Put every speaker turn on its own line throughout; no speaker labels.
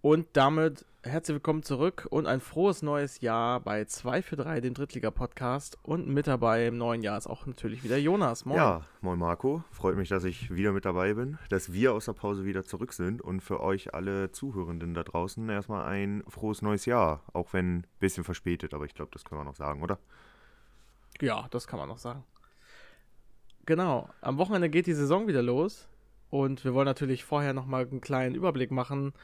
Und damit herzlich willkommen zurück und ein frohes neues Jahr bei 2 für 3, dem Drittliga-Podcast. Und mit dabei im neuen Jahr ist auch natürlich wieder Jonas. Moin.
Ja, moin Marco. Freut mich, dass ich wieder mit dabei bin, dass wir aus der Pause wieder zurück sind und für euch alle Zuhörenden da draußen erstmal ein frohes neues Jahr. Auch wenn ein bisschen verspätet, aber ich glaube, das können wir noch sagen, oder?
Ja, das kann man noch sagen. Genau, am Wochenende geht die Saison wieder los und wir wollen natürlich vorher nochmal einen kleinen Überblick machen,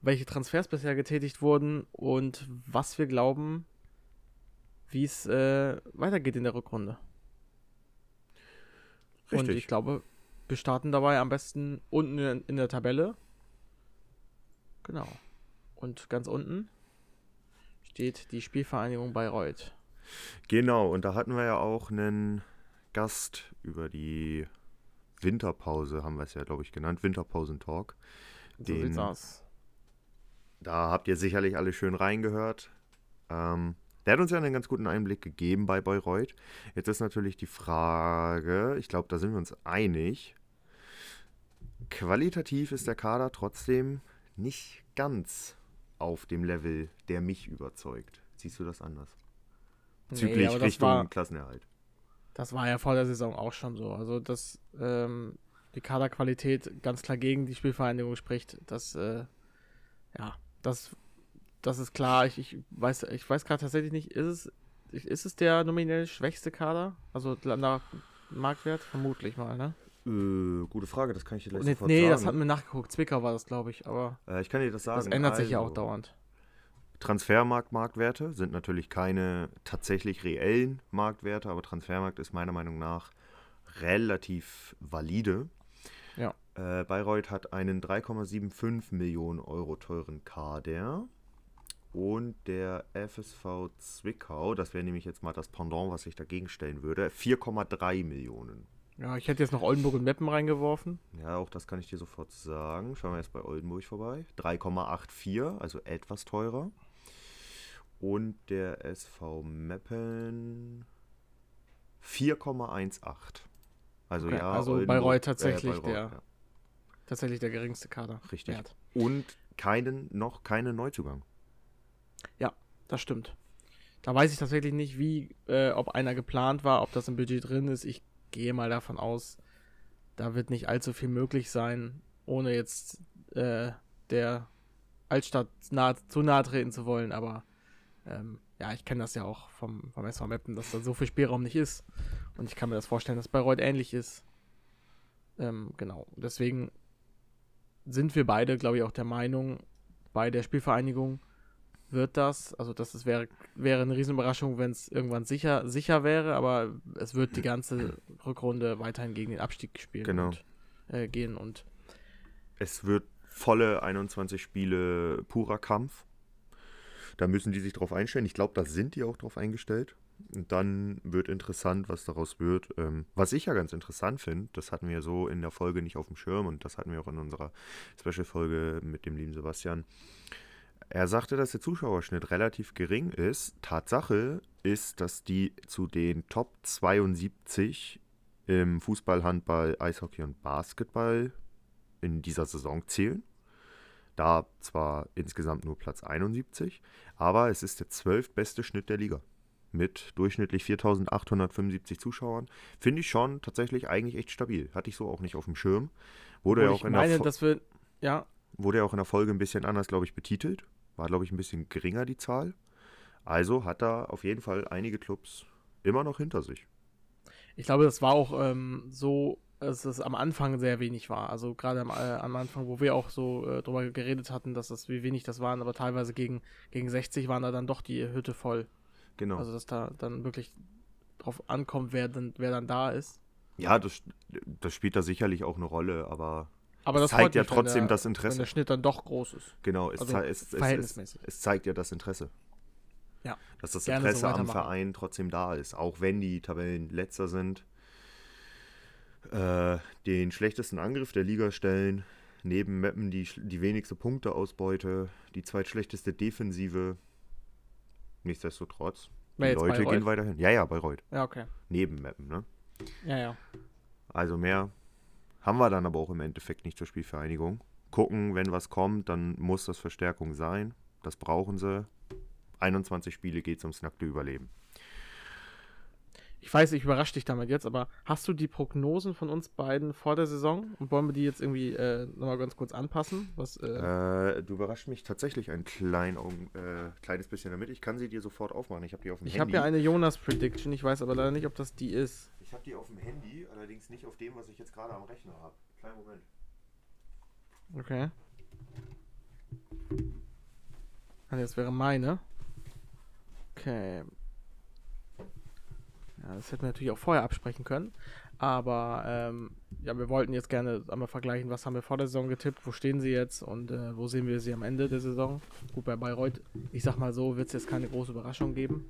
welche Transfers bisher getätigt wurden und was wir glauben, wie es äh, weitergeht in der Rückrunde. Und
Richtig.
ich glaube, wir starten dabei am besten unten in, in der Tabelle. Genau. Und ganz unten steht die Spielvereinigung Bayreuth.
Genau, und da hatten wir ja auch einen Gast über die Winterpause, haben wir es ja, glaube ich, genannt, Winterpausentalk.
So
Den-
sieht's aus.
Da habt ihr sicherlich alle schön reingehört. Ähm, der hat uns ja einen ganz guten Einblick gegeben bei Bayreuth. Jetzt ist natürlich die Frage, ich glaube, da sind wir uns einig. Qualitativ ist der Kader trotzdem nicht ganz auf dem Level, der mich überzeugt. Siehst du das anders? Bezüglich
Nee, aber das
Richtung
war,
Klassenerhalt.
das war ja vor der Saison auch schon so. Also, dass ähm, die Kaderqualität ganz klar gegen die Spielvereinigung spricht, das, äh, ja, das, das ist klar. Ich, ich weiß, ich weiß gerade tatsächlich nicht, ist es, ist es der nominell schwächste Kader? Also nach Marktwert? Vermutlich mal, ne?
Äh, gute Frage, das kann ich dir gleich
Nee,
sofort
nee
sagen.
das hatten wir nachgeguckt. Zwickau war das, glaube ich, aber
äh, ich kann dir das sagen.
das ändert sich ja
Also,
auch dauernd.
Transfermarkt-Marktwerte sind natürlich keine tatsächlich reellen Marktwerte, aber Transfermarkt ist meiner Meinung nach relativ valide.
Ja.
Äh, Bayreuth hat einen 3,75 Millionen Euro teuren Kader. Und der FSV Zwickau, das wäre nämlich jetzt mal das Pendant, was ich dagegen stellen würde, 4,3 Millionen.
Ja, ich hätte jetzt noch Oldenburg und Meppen reingeworfen.
Ja, auch das kann ich dir sofort sagen. Schauen wir jetzt bei Oldenburg vorbei. 3,84, also etwas teurer. Und der SV Meppen 4,18. Also
Okay,
ja,
also
Oldenburg-
Bayreuth tatsächlich der-
ja.
Tatsächlich der geringste Kader.
Richtig.
Wert.
Und keinen, noch keinen Neuzugang.
Das stimmt. Da weiß ich tatsächlich nicht, wie, äh, ob einer geplant war, ob das im Budget drin ist. Ich gehe mal davon aus, da wird nicht allzu viel möglich sein, ohne jetzt äh, der Altstadt nah, zu nahe treten zu wollen. Aber ähm, ja, ich kenne das ja auch vom, vom SV Meppen, dass da so viel Spielraum nicht ist. Und ich kann mir das vorstellen, dass Bayreuth ähnlich ist. Ähm, genau. Deswegen sind wir beide, glaube ich, auch der Meinung, bei der Spielvereinigung wird das, also das ist, wäre, wäre eine Riesenüberraschung, wenn es irgendwann sicher, sicher wäre, aber es wird die ganze Rückrunde weiterhin gegen den Abstieg spielen
Genau.
und, äh, gehen und
Es wird volle 21 Spiele purer Kampf. Da müssen die sich drauf einstellen. Ich glaube, da sind die auch drauf eingestellt. Und dann wird interessant, was daraus wird. Ähm, was ich ja ganz interessant finde, das hatten wir so in der Folge nicht auf dem Schirm und das hatten wir auch in unserer Special-Folge mit dem lieben Sebastian. Er sagte, dass der Zuschauerschnitt relativ gering ist. Tatsache ist, dass die zu den Top 72 im Fußball, Handball, Eishockey und Basketball in dieser Saison zählen. Da zwar insgesamt nur Platz 71, aber es ist der zwölftbeste Schnitt der Liga. Mit durchschnittlich 4.875 Zuschauern. Finde ich schon tatsächlich eigentlich echt stabil. Hatte ich so auch nicht auf dem Schirm. Wurde ja
Wo
auch
ich
in der
meine,
Fo-
dass wir, ja,
Wurde ja auch in der Folge ein bisschen anders, glaube ich, betitelt. War, glaube ich, ein bisschen geringer die Zahl. Also hat da auf jeden Fall einige Clubs immer noch hinter sich.
Ich glaube, das war auch ähm, so, dass es am Anfang sehr wenig war. Also gerade am, äh, am Anfang, wo wir auch so äh, drüber geredet hatten, dass das, wie wenig das waren, aber teilweise gegen, gegen 60 waren da dann doch die Hütte voll.
Genau.
Also dass da dann wirklich drauf ankommt, wer dann, wer dann da ist.
ja, das, das spielt da sicherlich auch eine Rolle, aber
Aber
Es
das
zeigt
freut
ja
mich, wenn
trotzdem
der,
das
Wenn
Interesse.
der Schnitt dann doch groß ist.
genau, es,
Also
zei- es, es, es,
verhältnismäßig.
es zeigt ja das Interesse.
Ja,
Dass das
gerne so
Interesse am
weitermachen.
Verein trotzdem da ist, auch wenn die Tabellen letzter sind. Äh, den schlechtesten Angriff der Liga stellen, neben Meppen die, sch- die wenigste Punkteausbeute, die zweitschlechteste Defensive. Nichtsdestotrotz,
Wer
die
jetzt
Leute
Bayreuth?
gehen weiterhin. Ja, ja, Bayreuth.
Ja, okay.
Neben Meppen, ne?
Ja, ja.
Also mehr haben wir dann aber auch im Endeffekt nicht zur Spielvereinigung. gucken, wenn was kommt, dann muss das Verstärkung sein. Das brauchen sie. 21 Spiele geht es ums nackte Überleben.
Ich weiß, ich überrasche dich damit jetzt, aber hast du die Prognosen von uns beiden vor der Saison und wollen wir die jetzt irgendwie äh, nochmal ganz kurz anpassen? Was, äh,
Äh, du überraschst mich tatsächlich ein klein, Augen- äh, kleines bisschen damit. Ich kann sie dir sofort aufmachen. Ich habe die auf dem
ich habe
Handy.
ja eine Jonas-Prediction, ich weiß aber leider nicht, ob das die ist.
ich habe die auf dem Handy, allerdings nicht auf dem, was ich jetzt gerade am Rechner habe. Kleinen Moment.
Okay. Also jetzt wäre meine. Okay. Ja, das hätten wir natürlich auch vorher absprechen können. Aber ähm, ja, wir wollten jetzt gerne einmal vergleichen, was haben wir vor der Saison getippt, wo stehen sie jetzt und äh, wo sehen wir sie am Ende der Saison. Gut, bei Bayreuth, ich sag mal so, wird es jetzt keine große Überraschung geben.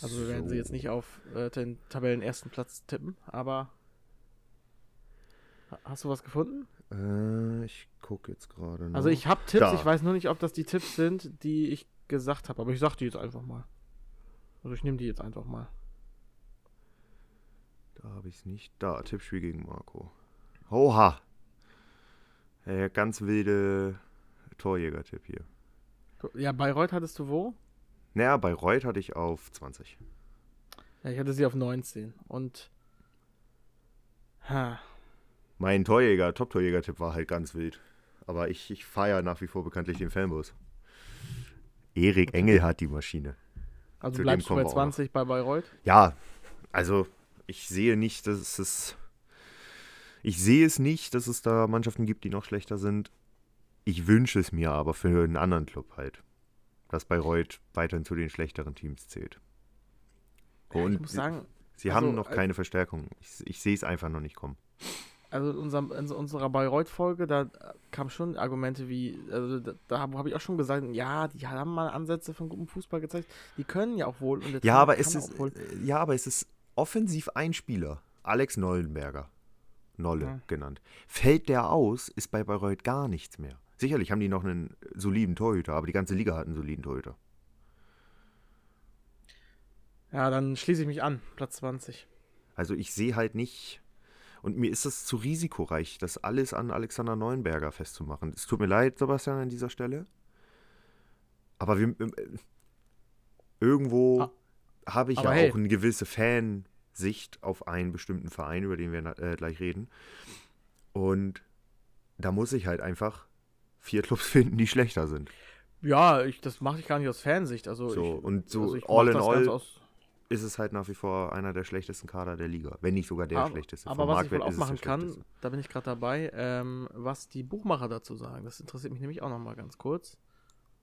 Also wir werden sie jetzt nicht auf äh, den Tabellenersten Platz tippen, aber. Ha- Hast du was gefunden?
Äh, ich gucke jetzt gerade.
Also
noch.
ich habe Tipps,
Ne? Da.
ich weiß nur nicht, ob das die Tipps sind, die ich gesagt habe, aber ich sag die jetzt einfach mal. Also ich nehme die jetzt einfach mal.
Da habe ich es nicht. Da, Tippspiel gegen Marco. Oha! Äh, ganz wilde Torjäger-Tipp hier.
Ja, Bayreuth hattest du wo?
Naja, bei Reut hatte ich auf 20.
Ja, ich hatte sie auf 19 und ha,
Mein Torjäger, Top-Torjäger-Tipp war halt ganz wild. Aber ich, ich feiere nach wie vor bekanntlich den Fanbus. Erik Engel hat die Maschine.
also
Zu dem
bleibst du
kommen
bei
wir auch
20 bei Bayreuth?
Ja, also ich sehe nicht, dass es. Ich sehe es nicht, dass es da Mannschaften gibt, die noch schlechter sind. Ich wünsche es mir aber für einen anderen Club halt, dass Bayreuth weiterhin zu den schlechteren Teams zählt. Und
ich muss sagen,
sie
also,
haben noch
äh,
keine Verstärkung. Ich, ich sehe es einfach noch nicht kommen.
also in, unserem, in unserer Bayreuth-Folge, da äh, kamen schon Argumente wie, also da, da habe ich auch schon gesagt, ja, die haben mal Ansätze von gutem Fußball gezeigt, die können ja auch wohl. Und der
Ja,
Trainer
aber
kann
es ist,
auch wohl.
äh, ja, aber es ist offensiv ein Spieler, Alex Nollenberger, Nolle
Ja.
genannt. Fällt der aus, ist bei Bayreuth gar nichts mehr. Sicherlich haben die noch einen soliden Torhüter, aber die ganze Liga hat einen soliden Torhüter.
Ja, dann schließe ich mich an, Platz 20.
Also ich sehe halt nicht, und mir ist es zu risikoreich, das alles an Alexander Neuenberger festzumachen. Es tut mir leid, Sebastian, an dieser Stelle. Aber wir, äh, irgendwo
Ah,
habe ich ja
aber hey.
auch eine gewisse Fansicht auf einen bestimmten Verein, über den wir na- äh, gleich reden. Und da muss ich halt einfach vier Clubs finden, die schlechter sind.
Ja, ich, das mache ich gar nicht aus Fansicht. Also
So,
ich,
und so
also ich
all
mach
in
das Ganze
all
Aus,
Ist es halt nach wie vor einer der schlechtesten Kader der Liga, wenn nicht sogar der
aber
schlechteste.
aber
Vom
was ich wohl
Marktwert
auch
ist es der
machen kann,
schlechteste.
da bin ich gerade dabei, ähm, was die Buchmacher dazu sagen. Das interessiert mich nämlich auch nochmal ganz kurz.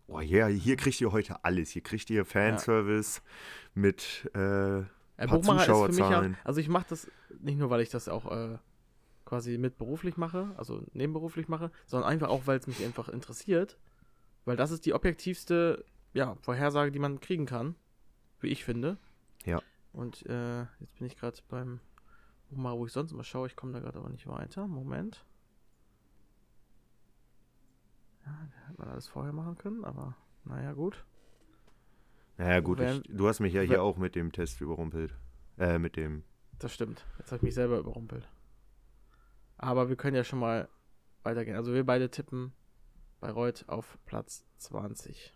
Oh ja, hier kriegt ihr heute alles. Hier kriegt ihr Fanservice mit. Äh,
Äh,
Paar
Buchmacher ist für mich ja,
Zuschauerzahlen.
also ich mache das nicht nur, weil ich das auch äh, quasi mit beruflich mache, also nebenberuflich mache, sondern einfach auch, weil es mich einfach interessiert. Weil das ist die objektivste ja, Vorhersage, die man kriegen kann, wie ich finde.
Ja.
Und äh, jetzt bin ich gerade beim Buchmacher, wo ich sonst immer schaue. Ich komme da gerade aber nicht weiter. Moment. Ja, da hätte man alles vorher machen können, aber naja, gut.
naja, gut,
Wer-
ich, du hast mich ja hier
wer-
auch mit dem Test überrumpelt. Äh, mit dem.
Das stimmt. Jetzt habe ich mich selber überrumpelt. Aber wir können ja schon mal weitergehen. Also wir beide tippen Bayreuth auf Platz 20.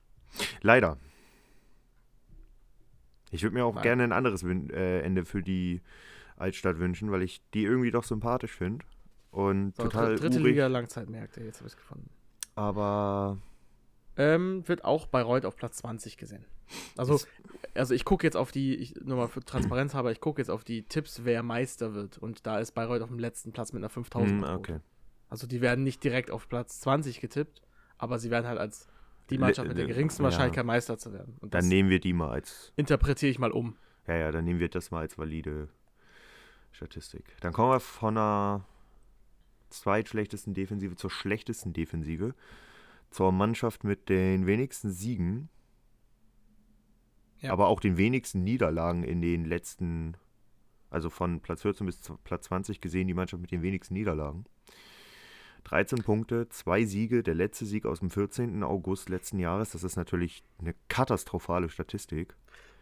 Leider. Ich würde mir auch
Nein.
gerne ein anderes Wün äh, Ende für die Altstadt wünschen, weil ich die irgendwie doch sympathisch finde. Und
So,
total
dritte
urig,
Liga Langzeitmärkte, jetzt habe ich es gefunden.
aber
Ähm, wird auch Bayreuth auf Platz 20 gesehen. Also, also ich gucke jetzt auf die, ich, nur mal für Transparenz habe, ich gucke jetzt auf die Tipps, wer Meister wird. Und da ist Bayreuth auf dem letzten Platz mit einer 5000.
mh,
Quote.
Hm, okay.
Also die werden nicht direkt auf Platz 20 getippt, aber sie werden halt als die
Le-
Mannschaft mit der
le-
geringsten
ja.
Wahrscheinlichkeit Meister zu werden. Und
Dann
das
nehmen wir die mal als.
interpretiere ich mal um.
Ja, ja, dann nehmen wir das mal als valide Statistik. Dann kommen wir von einer zweitschlechtesten Defensive zur schlechtesten Defensive. Zur Mannschaft mit den wenigsten Siegen,
Ja.
aber auch den wenigsten Niederlagen in den letzten, also von Platz 14 bis zu Platz 20 gesehen, die Mannschaft mit den wenigsten Niederlagen. 13 Punkte, zwei Siege, der letzte Sieg aus dem 14. August letzten Jahres. Das ist natürlich eine katastrophale Statistik.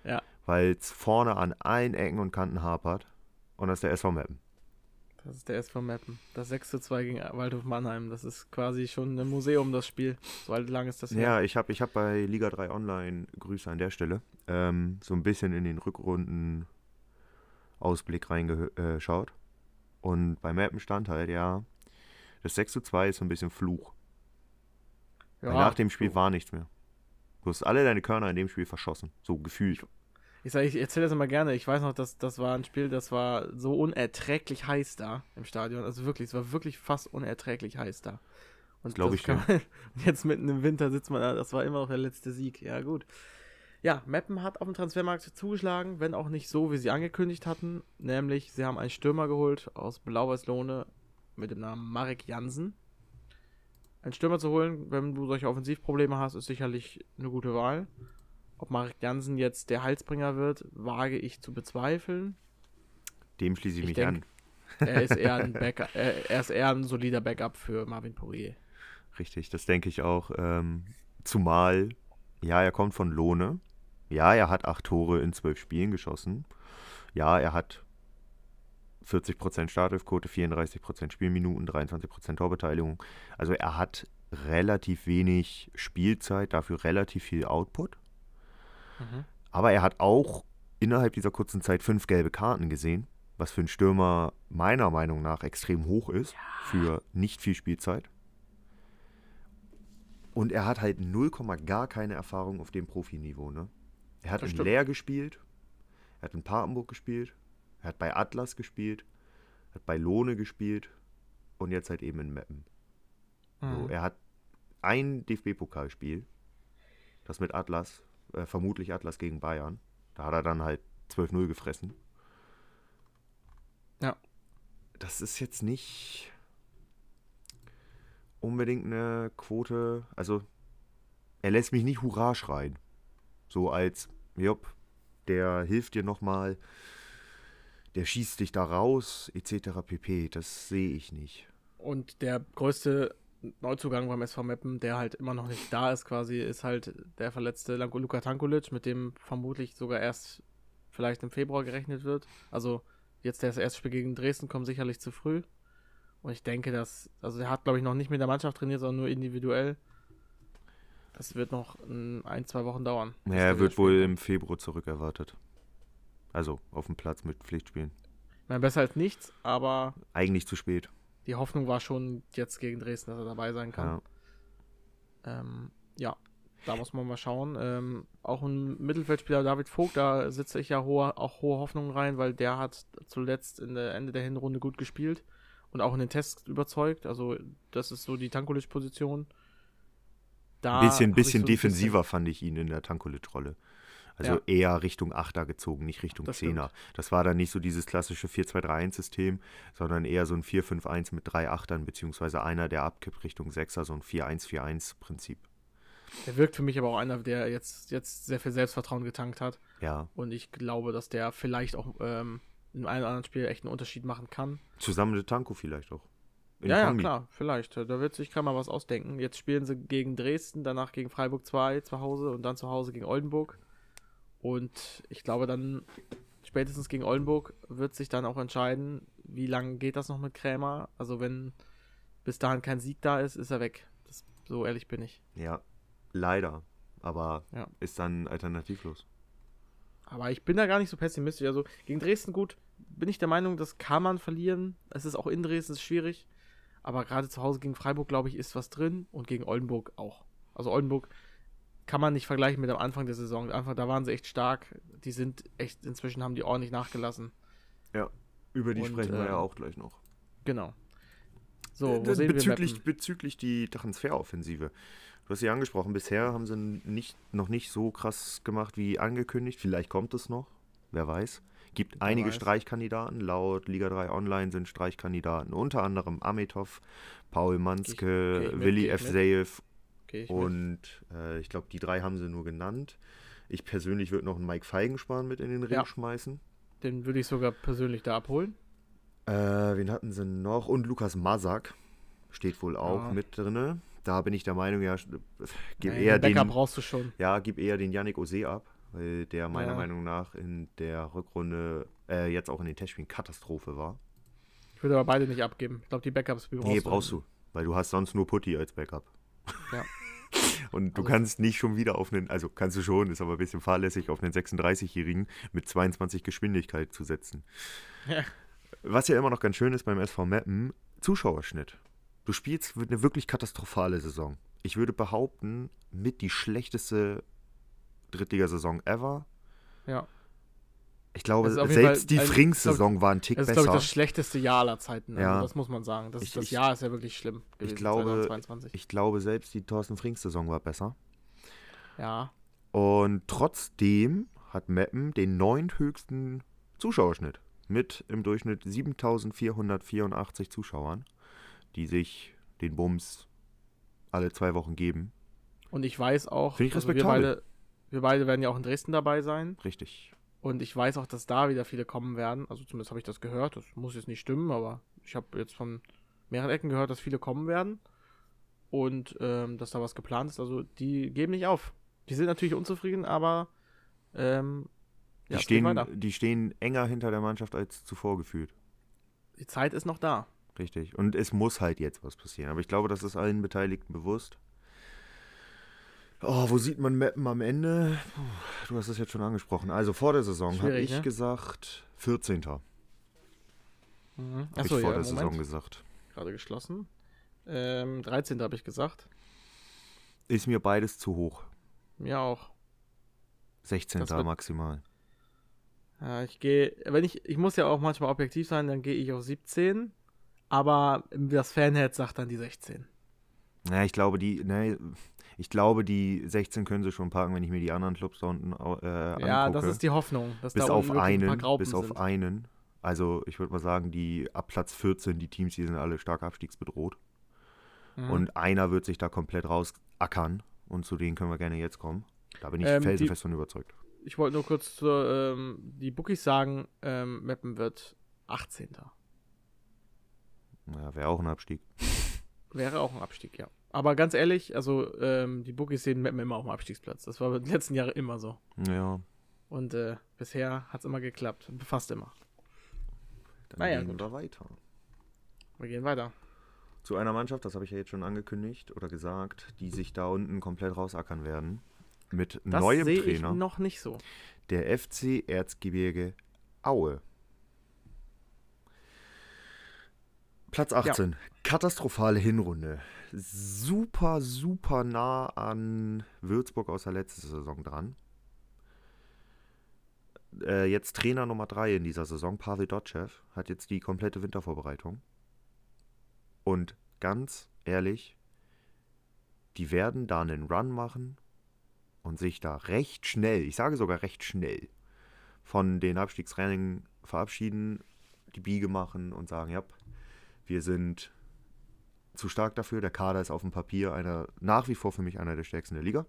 Ja.
Weil es vorne an allen Ecken und Kanten hapert. Und das ist der SV Meppen.
Das Das ist der SV Meppen. Das 6 zu 2 gegen Waldhof Mannheim. Das ist quasi schon ein Museum, das Spiel. So lang ist das
her. Ja, ich habe ich hab bei Liga 3 Online, Grüße an der Stelle, ähm, so ein bisschen in den Rückrunden Ausblick reingeschaut. äh, Und bei Mappen stand halt, ja, das 6 zu 2 ist so ein bisschen Fluch. Ja, nach dem Spiel so. war nichts mehr. Du hast alle deine Körner in dem Spiel verschossen, so gefühlt.
Ich, sag, ich erzähle das immer gerne. Ich weiß noch, dass das war ein Spiel, das war so unerträglich heiß da im Stadion. Also wirklich, es war wirklich fast unerträglich heiß da.
Und glaube ich kann
man, Jetzt mitten im Winter sitzt man da. Das war immer noch der letzte Sieg. Ja gut. Ja, Meppen hat auf dem Transfermarkt zugeschlagen, wenn auch nicht so, wie sie angekündigt hatten. Nämlich, sie haben einen Stürmer geholt aus Blau-Weiß-Lohne mit dem Namen Marek Jansen. Einen Stürmer zu holen, wenn du solche Offensivprobleme hast, ist sicherlich eine gute Wahl. Ob Marek Jansen jetzt der Halsbringer wird, wage ich zu bezweifeln.
Dem schließe ich, ich mich denk,
an. Er ist, eher ein Backup, äh, er ist eher ein solider Backup für Marvin Poirier.
Richtig, das denke ich auch. Ähm, zumal, ja, er kommt von Lohne. Ja, er hat acht Tore in zwölf Spielen geschossen. Ja, er hat 40% Startelfquote, 34% Spielminuten, 23% Torbeteiligung. Also er hat relativ wenig Spielzeit, dafür relativ viel Output. Mhm. Aber er hat auch innerhalb dieser kurzen Zeit fünf gelbe Karten gesehen, was für einen Stürmer meiner Meinung nach extrem hoch ist, ja. für nicht viel Spielzeit. Und er hat halt 0, gar keine Erfahrung auf dem Profiniveau. Ne? Er hat das in stimmt. Leer gespielt, er hat in Papenburg gespielt, er hat bei Atlas gespielt, hat bei Lohne gespielt und jetzt halt eben in Meppen. Mhm. So, er hat ein DFB-Pokalspiel, das mit Atlas, äh, vermutlich Atlas gegen Bayern. Da hat er dann halt 12-0 gefressen.
Ja.
Das ist jetzt nicht unbedingt eine Quote. Also, er lässt mich nicht Hurra schreien. So als, jopp, der hilft dir nochmal der schießt dich da raus, etc. pp. Das sehe ich nicht.
Und der größte Neuzugang beim SV Meppen, der halt immer noch nicht da ist, quasi, ist halt der verletzte Luka Tankulic, mit dem vermutlich sogar erst vielleicht im Februar gerechnet wird. Also jetzt das erste Spiel gegen Dresden kommt sicherlich zu früh. Und ich denke, dass, also er hat, glaube ich, noch nicht mit der Mannschaft trainiert, sondern nur individuell. Das wird noch ein, zwei Wochen dauern.
Ja, er wird wohl im Februar zurückerwartet. Also auf dem Platz mit Pflichtspielen.
Nein, besser als nichts, aber.
Eigentlich zu spät.
Die Hoffnung war schon jetzt gegen Dresden, dass er dabei sein kann. Ja, ähm, ja da muss man mal schauen. Ähm, auch ein Mittelfeldspieler David Vogt, da sitze ich ja hohe, auch hohe Hoffnungen rein, weil der hat zuletzt in der Ende der Hinrunde gut gespielt und auch in den Tests überzeugt. Also, das ist so die Tankulic-Position.
Ein bisschen, bisschen Ah, so defensiver bisschen fand ich ihn in der Tankulic-Rolle. Also ja. eher Richtung Achter gezogen, nicht Richtung das Zehner. Stimmt. Das war dann nicht so dieses klassische 4-2-3-1-System, sondern eher so ein 4-5-1 mit drei Achtern, beziehungsweise einer, der abkippt Richtung Sechser, so ein 4-1-4-1-Prinzip.
Der wirkt für mich aber auch einer, der jetzt, jetzt sehr viel Selbstvertrauen getankt hat.
Ja.
Und ich glaube, dass der vielleicht auch ähm, in einem oder anderen Spiel echt einen Unterschied machen kann.
Zusammen mit Tanko vielleicht auch.
In ja, Kombi. ja, klar, vielleicht. Da wird sich keiner was ausdenken. Jetzt spielen sie gegen Dresden, danach gegen Freiburg 2 zu Hause und dann zu Hause gegen Oldenburg. Und ich glaube, dann spätestens gegen Oldenburg wird sich dann auch entscheiden, wie lange geht das noch mit Krämer. Also, wenn bis dahin kein Sieg da ist, ist er weg. Das, so ehrlich bin ich.
Ja, leider. Aber ja. ist dann alternativlos.
Aber ich bin da gar nicht so pessimistisch. Also, gegen Dresden gut, bin ich der Meinung, das kann man verlieren. Es ist auch in Dresden ist schwierig. Aber gerade zu Hause gegen Freiburg, glaube ich, ist was drin. Und gegen Oldenburg auch. Also, Oldenburg kann man nicht vergleichen mit am Anfang der Saison. Anfang, da waren sie echt stark. Die sind echt, inzwischen haben die ordentlich nachgelassen.
Ja, über die Und, sprechen wir äh, ja auch gleich noch.
Genau. So,
wo sehen Äh, bezüglich, wir Mappen? bezüglich die Transferoffensive. Du hast sie angesprochen, bisher haben sie nicht, noch nicht so krass gemacht wie angekündigt. Vielleicht kommt es noch, wer weiß. Gibt wer einige weiß. Streichkandidaten. Laut Liga 3 Online sind Streichkandidaten unter anderem Ametov, Paul Manske, ich, okay, Willi F. Seyev Okay, ich und äh, ich glaube, die drei haben sie nur genannt. Ich persönlich würde noch einen Mike Feigenspan mit in den Ring ja. schmeißen.
Den würde ich sogar persönlich da abholen.
Äh, wen hatten sie noch? Und Lukas Masak steht wohl auch ja. mit drin. Da bin ich der Meinung, ja, gib
Nein,
eher den.
Backup brauchst du schon.
Ja, gib eher den Yannick Ose ab, weil der meiner ja. Meinung nach in der Rückrunde, äh, jetzt auch in den Testspielen Katastrophe war.
Ich würde aber beide nicht abgeben. Ich glaube, die Backups
brauchst Nee, brauchst du. Weil du hast sonst nur Putti als Backup. Ja. Und du also, kannst nicht schon wieder auf einen, also kannst du schon, ist aber ein bisschen fahrlässig, auf einen 36-Jährigen mit 22 Geschwindigkeit zu setzen. Ja. Was ja immer noch ganz schön ist beim SV Meppen, Zuschauerschnitt. Du spielst eine wirklich katastrophale Saison. Ich würde behaupten, mit die schlechteste Drittligasaison ever.
Ja.
Ich glaube, selbst Fall, die Frings-Saison war ein Tick
das
besser. Das ist,
glaube ich, das schlechteste Jahr aller Zeiten. Also ja. Das muss man sagen. Das, ich, das ich, Jahr ist ja wirklich schlimm
gewesen, ich glaube, 2022. Ich glaube, selbst die Thorsten Frings-Saison war besser.
Ja.
Und trotzdem hat Meppen den neunt-höchsten Zuschauerschnitt mit im Durchschnitt 7484 Zuschauern, die sich den Bums alle zwei Wochen geben.
Und ich weiß auch,
ich also wir, beide,
wir beide werden ja auch in Dresden dabei sein.
Richtig.
Und ich weiß auch, dass da wieder viele kommen werden. Also zumindest habe ich das gehört. Das muss jetzt nicht stimmen, aber ich habe jetzt von mehreren Ecken gehört, dass viele kommen werden. Und ähm, dass da was geplant ist. Also die geben nicht auf. Die sind natürlich unzufrieden, aber ähm,
die, ja, stehen, die stehen enger hinter der Mannschaft als zuvor gefühlt.
Die Zeit ist noch da.
Richtig. Und es muss halt jetzt was passieren. Aber ich glaube, das ist allen Beteiligten bewusst. Oh, wo sieht man Mappen am Ende? Puh, du hast es jetzt schon angesprochen. Also vor der Saison habe ich ne? gesagt 14.
Mhm.
Habe ich vor ja, der Moment. Saison gesagt.
Gerade geschlossen. Ähm, 13. habe ich gesagt.
Ist mir beides zu hoch.
Mir auch.
16. maximal.
Ja, ich gehe, wenn ich, ich muss ja auch manchmal objektiv sein, dann gehe ich auf 17, aber das Fanherz sagt dann die 16.
Naja, ich glaube, die, ne, ich glaube, die 16 können sie schon parken, wenn ich mir die anderen Clubs da unten äh, angucke.
Ja, das ist die Hoffnung.
bis da auf einen, ein bis auf sind. einen. Also ich würde mal sagen, die ab Platz 14, die Teams, die sind alle stark abstiegsbedroht. Mhm. Und einer wird sich da komplett rausackern. Und zu denen können wir gerne jetzt kommen. Da bin ich ähm, felsenfest von überzeugt.
Ich wollte nur kurz zu, ähm, die Bookies sagen, ähm, Meppen wird 18.
Naja, wäre auch ein Abstieg.
Wäre auch ein Abstieg, ja. Aber ganz ehrlich, also ähm, die Bookies sehen Meppen immer auf dem Abstiegsplatz. Das war in den letzten Jahren immer so.
Ja.
Und äh, bisher hat es immer geklappt. Fast immer.
Dann naja, gehen gut. wir weiter.
Wir gehen weiter.
Zu einer Mannschaft, das habe ich ja jetzt schon angekündigt oder gesagt, die sich da unten komplett rausackern werden mit
das
neuem
sehe
Trainer.
Ich noch nicht so.
Der FC Erzgebirge Aue. Platz 18. Ja. Katastrophale Hinrunde. Super, super nah an Würzburg aus der letzten Saison dran. Äh, jetzt Trainer Nummer 3 in dieser Saison, Pavel Dotschew, hat jetzt die komplette Wintervorbereitung. Und ganz ehrlich, die werden da einen Run machen und sich da recht schnell, ich sage sogar recht schnell, von den Abstiegsrängen verabschieden, die Biege machen und sagen, ja, wir sind zu stark dafür, der Kader ist auf dem Papier einer, nach wie vor für mich einer der stärksten der Liga.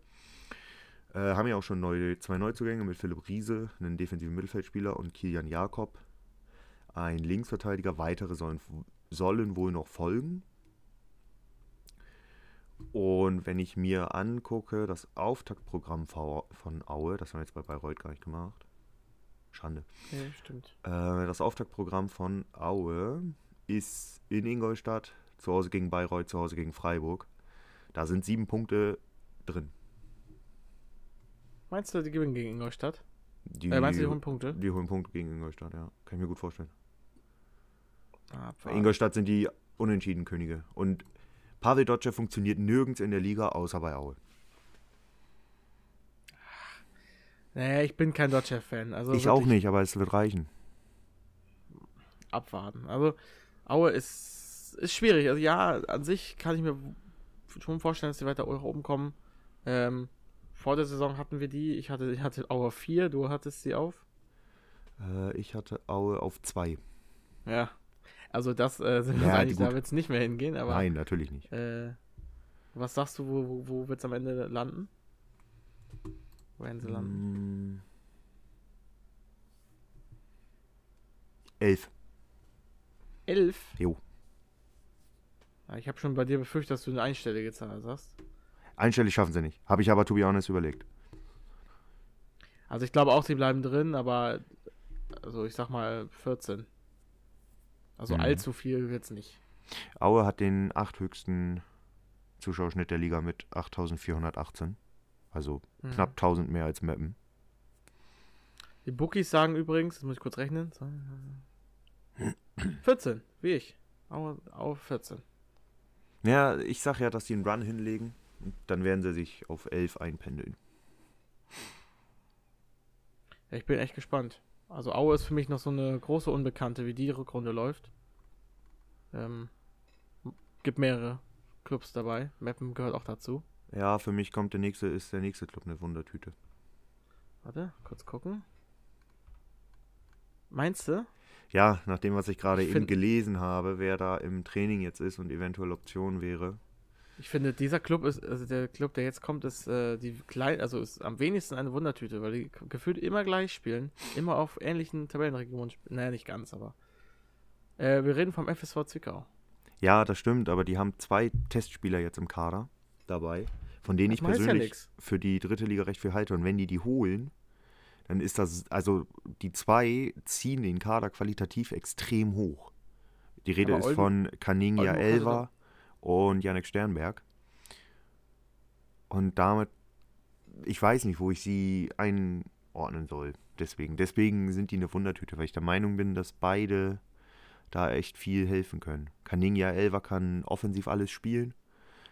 Äh, haben ja auch schon neue, zwei Neuzugänge mit Philipp Riese, einen defensiven Mittelfeldspieler und Kilian Jakob, ein Linksverteidiger, weitere sollen, sollen wohl noch folgen. Und wenn ich mir angucke, das Auftaktprogramm von Aue, das haben wir jetzt bei Bayreuth gar nicht gemacht. Schande.
Ja, stimmt.
Äh, das Auftaktprogramm von Aue ist in Ingolstadt, zu Hause gegen Bayreuth, zu Hause gegen Freiburg. Da sind sieben Punkte drin.
Meinst du, die gewinnen gegen Ingolstadt?
Die,
äh, meinst du, die holen Punkte?
Die holen Punkte gegen Ingolstadt, ja. Kann ich mir gut vorstellen. Ah, bei Ingolstadt sind die unentschieden Könige. Und Pavel Dotscher funktioniert nirgends in der Liga außer bei Aue.
Naja, ich bin kein Dotscher-Fan. Also
ich auch nicht, aber es wird reichen.
Abwarten. Also, Aue ist, ist schwierig. Also, ja, an sich kann ich mir schon vorstellen, dass die weiter oben kommen. Ähm, vor der Saison hatten wir die. Ich hatte, ich hatte Aue 4, du hattest sie auf.
Äh, ich hatte Aue auf 2.
Ja, also das äh, sind wir ja, eigentlich, da wird es nicht mehr hingehen, aber.
Nein, natürlich nicht.
Äh, was sagst du, wo, wo, wo wird es am Ende landen? Wo werden sie
Mm.
landen?
Elf.
Elf?
Jo.
Ich habe schon bei dir befürchtet, dass du eine einstellige Zahl sagst.
Einstellig schaffen sie nicht. Habe ich aber, to be honest, überlegt.
Also ich glaube auch, sie bleiben drin, aber also ich sag mal 14. Also
Mhm.
allzu viel wird's nicht.
Aue hat den achthöchsten Zuschauerschnitt der Liga mit 8418. Also
Mhm.
knapp 1000 mehr als Meppen.
Die Bookies sagen übrigens, das muss ich kurz rechnen. 14, wie ich. Aue, Aue 14.
Ja, ich sag ja, dass die einen Run hinlegen. und Dann werden sie sich auf 11 einpendeln.
Ja, Ich bin echt gespannt. Also Aue ist für mich noch so eine große Unbekannte, wie die Rückrunde läuft. Ähm, gibt mehrere Clubs dabei. Meppen gehört auch dazu.
Ja, für mich kommt der nächste, ist der nächste Club eine Wundertüte.
Warte, kurz gucken. Meinst du?
Ja, nach dem, was ich gerade
Ich
eben
find-
gelesen habe, wer da im Training jetzt ist und eventuell Option wäre.
Ich finde, dieser Club ist, also der Club, der jetzt kommt, ist äh, die klein, also ist am wenigsten eine Wundertüte, weil die gefühlt immer gleich spielen, immer auf ähnlichen Tabellenregionen spielen. Naja, nicht ganz, aber. Äh, wir reden vom FSV Zwickau.
Ja, das stimmt, aber die haben zwei Testspieler jetzt im Kader dabei, von denen
Das
ich
macht ja
persönlich
nix.
für die dritte Liga recht viel halte. Und wenn die die holen, dann ist das, also die zwei ziehen den Kader qualitativ extrem hoch. Die Rede
Aber
ist
Olden- ne?
von Kaninja
Oldenburg hatte
Elva und Janek Sternberg. Und damit, ich weiß nicht, wo ich sie einordnen soll. Deswegen, deswegen sind die eine Wundertüte, weil ich der Meinung bin, dass beide da echt viel helfen können. Kaninja Elva kann offensiv alles spielen.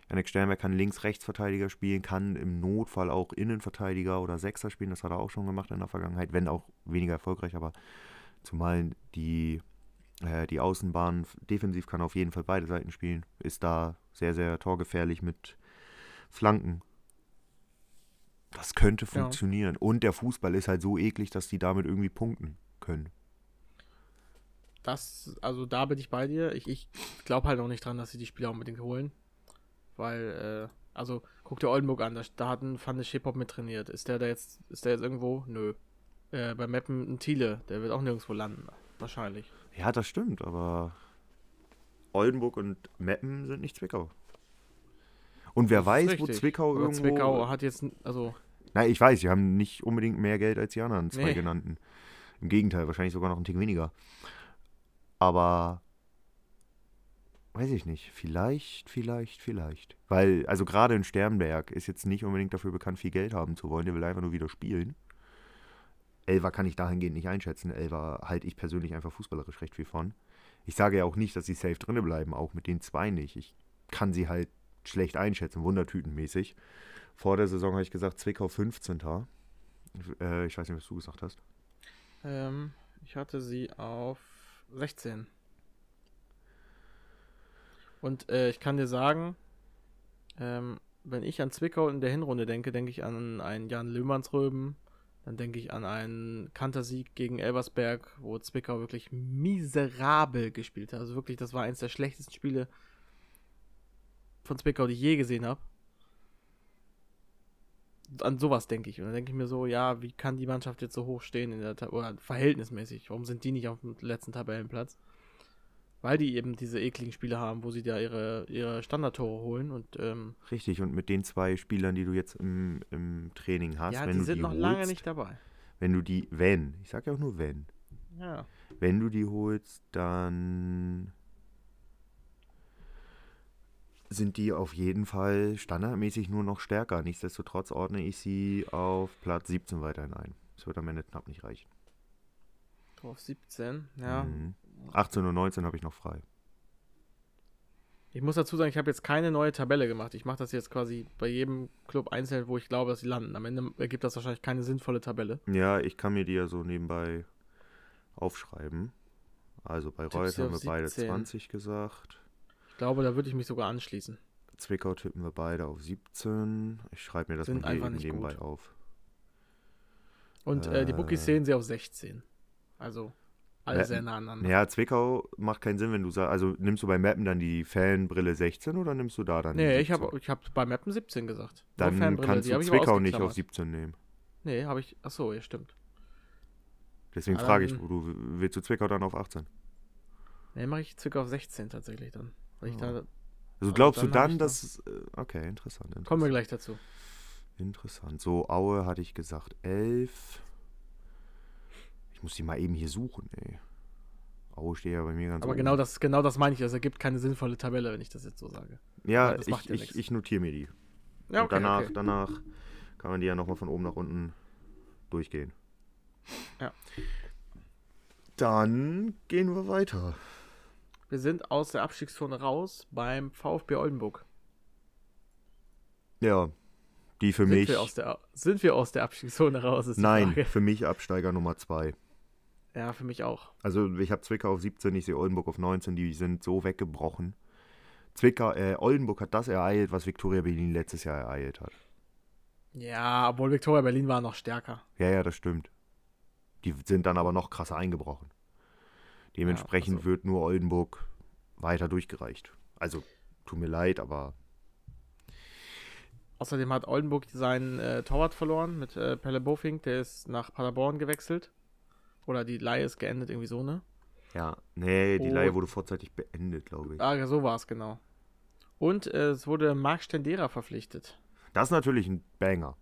Janek Sternberg kann Links-Rechtsverteidiger spielen, kann im Notfall auch Innenverteidiger oder Sechser spielen. Das hat er auch schon gemacht in der Vergangenheit, wenn auch weniger erfolgreich, aber zumal die, äh, die Außenbahn f- defensiv kann auf jeden Fall beide Seiten spielen. Ist da sehr, sehr torgefährlich mit Flanken. Das könnte funktionieren. Und der Fußball ist halt so eklig, dass die damit irgendwie punkten können.
Das, also da bin ich bei dir. Ich, ich glaube halt noch nicht dran, dass sie die Spieler unbedingt holen. Weil, äh, also, guck dir Oldenburg an, da, da hat ein Van de Schepop mit trainiert. Ist der da jetzt, ist der jetzt irgendwo? Nö. Äh, bei Meppen ein Thiele, der wird auch nirgendwo landen. Wahrscheinlich.
Ja, das stimmt, aber Oldenburg und Meppen sind nicht Zwickau. Und wer
Das ist
weiß, wo
richtig.
Zwickau
Aber
irgendwo.
Zwickau hat jetzt, n- also,
Nein, ich weiß, sie haben nicht unbedingt mehr Geld als die anderen zwei
Nee.
genannten. Im Gegenteil, wahrscheinlich sogar noch einen Tick weniger. Aber weiß ich nicht. Vielleicht, vielleicht, vielleicht. Weil, also gerade in Sternberg ist jetzt nicht unbedingt dafür bekannt, viel Geld haben zu wollen. Der will einfach nur wieder spielen. Elva kann ich dahingehend nicht einschätzen. Elva halte ich persönlich einfach fußballerisch recht viel von. Ich sage ja auch nicht, dass sie safe drinne bleiben, auch mit den zwei nicht. Ich kann sie halt schlecht einschätzen, wundertütenmäßig. Vor der Saison habe ich gesagt, Zwickau 15. Äh, ich weiß nicht, was du gesagt hast.
ähm, ich hatte sie auf 16. Und äh, ich kann dir sagen, ähm, wenn ich an Zwickau in der Hinrunde denke, denke ich an einen Jan Löhmannsröben, dann denke ich an einen Kantersieg gegen Elversberg, wo Zwickau wirklich miserabel gespielt hat. Also wirklich, das war eines der schlechtesten Spiele von Zwickau, die ich je gesehen habe. An sowas denke ich. Und dann denke ich mir so, ja, wie kann die Mannschaft jetzt so hoch stehen in der Ta oder verhältnismäßig? Warum sind die nicht auf dem letzten Tabellenplatz? Weil die eben diese ekligen Spiele haben, wo sie da ihre, ihre Standardtore holen und ähm,
Richtig, und mit den zwei Spielern, die du jetzt im, im Training hast,
ja,
wenn
die
du
sind
die
noch
holst,
lange nicht dabei.
wenn du die, wenn, ich sage ja auch nur wenn,
Ja.
wenn du die holst, dann sind die auf jeden Fall standardmäßig nur noch stärker. Nichtsdestotrotz ordne ich sie auf Platz 17 weiterhin ein. Das wird am Ende knapp nicht reichen.
Tor Auf 17, ja.
Mhm. 18 und 19 habe ich noch frei.
Ich muss dazu sagen, ich habe jetzt keine neue Tabelle gemacht. Ich mache das jetzt quasi bei jedem Club einzeln, wo ich glaube, dass sie landen. Am Ende ergibt das wahrscheinlich keine sinnvolle Tabelle.
Ja, ich kann mir die ja so nebenbei aufschreiben. Also bei
Tippst
Reus
du
haben wir
auf
beide
17?
20 gesagt.
Ich glaube, da würde ich mich sogar anschließen.
Zwickau tippen wir beide auf 17. Ich schreibe mir das
Sind
mal hier
einfach
eben
nicht
nebenbei
gut.
auf.
Und äh, die
Äh.
Bookies sehen sie auf 16. Also, alle
Wer-
sehr nah aneinander.
Ja, Zwickau macht keinen Sinn, wenn du sagst, also nimmst du bei Mappen dann die Fanbrille 16 oder nimmst du da dann die
Nee, ich
17?
habe ich hab bei Mappen 17 gesagt. Nur
dann
Fanbrille,
kannst
die
du
hab ich aber
Zwickau nicht auf
ausgeklammert.
17 nehmen.
Nee, habe ich. Achso, ja, stimmt.
Deswegen
Ja,
frage ich,
Ah, dann-
wo du willst du Zwickau dann auf 18?
Nee, mache ich circa auf 16 tatsächlich dann. Weil ich
Ja.
da,
Also
Also
glaubst
dann
du
hab
dann,
ich
dass äh, okay, interessant, interessant.
kommen wir gleich dazu.
Also Interessant. So, Aue hatte ich gesagt 11. Ich muss die mal eben hier suchen, ey. Aue steht ja bei mir ganz
Aber
oben.
genau das, genau das meine ich. Das ergibt keine sinnvolle Tabelle, wenn ich das jetzt so sage.
Ja,
ja, das macht
ich,
ja
ich,
nichts.
ich notiere mir die.
Ja,
Und danach, danach kann man die ja nochmal von oben nach unten durchgehen.
Ja.
Dann gehen wir weiter.
Wir sind aus der Abstiegszone raus beim VfB Oldenburg.
Ja, die für
Sind
mich.
wir aus der, sind wir aus der Abstiegszone raus? Ist die
Nein,
Frage.
für mich Absteiger Nummer 2.
Ja, für mich auch.
Also ich habe Zwickau auf 17, ich sehe Oldenburg auf 19, die sind so weggebrochen. Zwickau, äh, Oldenburg hat das ereilt, was Viktoria Berlin letztes Jahr ereilt hat.
Ja, obwohl Viktoria Berlin war noch stärker.
Ja, ja, das stimmt. Die sind dann aber noch krasser eingebrochen. Dementsprechend
also-
wird nur Oldenburg weiter durchgereicht. Also, tut mir leid, aber
Außerdem hat Oldenburg seinen äh, Torwart verloren mit äh, Pelle Bofink, der ist nach Paderborn gewechselt. Oder die Leihe ist geendet, irgendwie so, ne?
ja. Nee, die
Oh.
Leihe wurde vorzeitig beendet, glaube ich.
Ah, so war es, genau. Und äh, es wurde Marc Stendera verpflichtet.
Das ist natürlich ein Banger.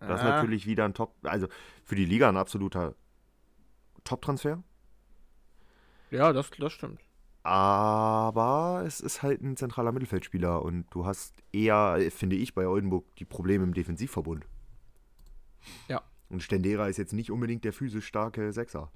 Das ist
Ah,
natürlich wieder ein Top, also für die Liga ein absoluter Top-Transfer.
Ja, das, das stimmt.
Aber es ist halt ein zentraler Mittelfeldspieler und du hast eher, äh, finde ich, bei Oldenburg die Probleme im Defensivverbund.
Ja.
Und Stendera ist jetzt nicht unbedingt der physisch starke Sechser.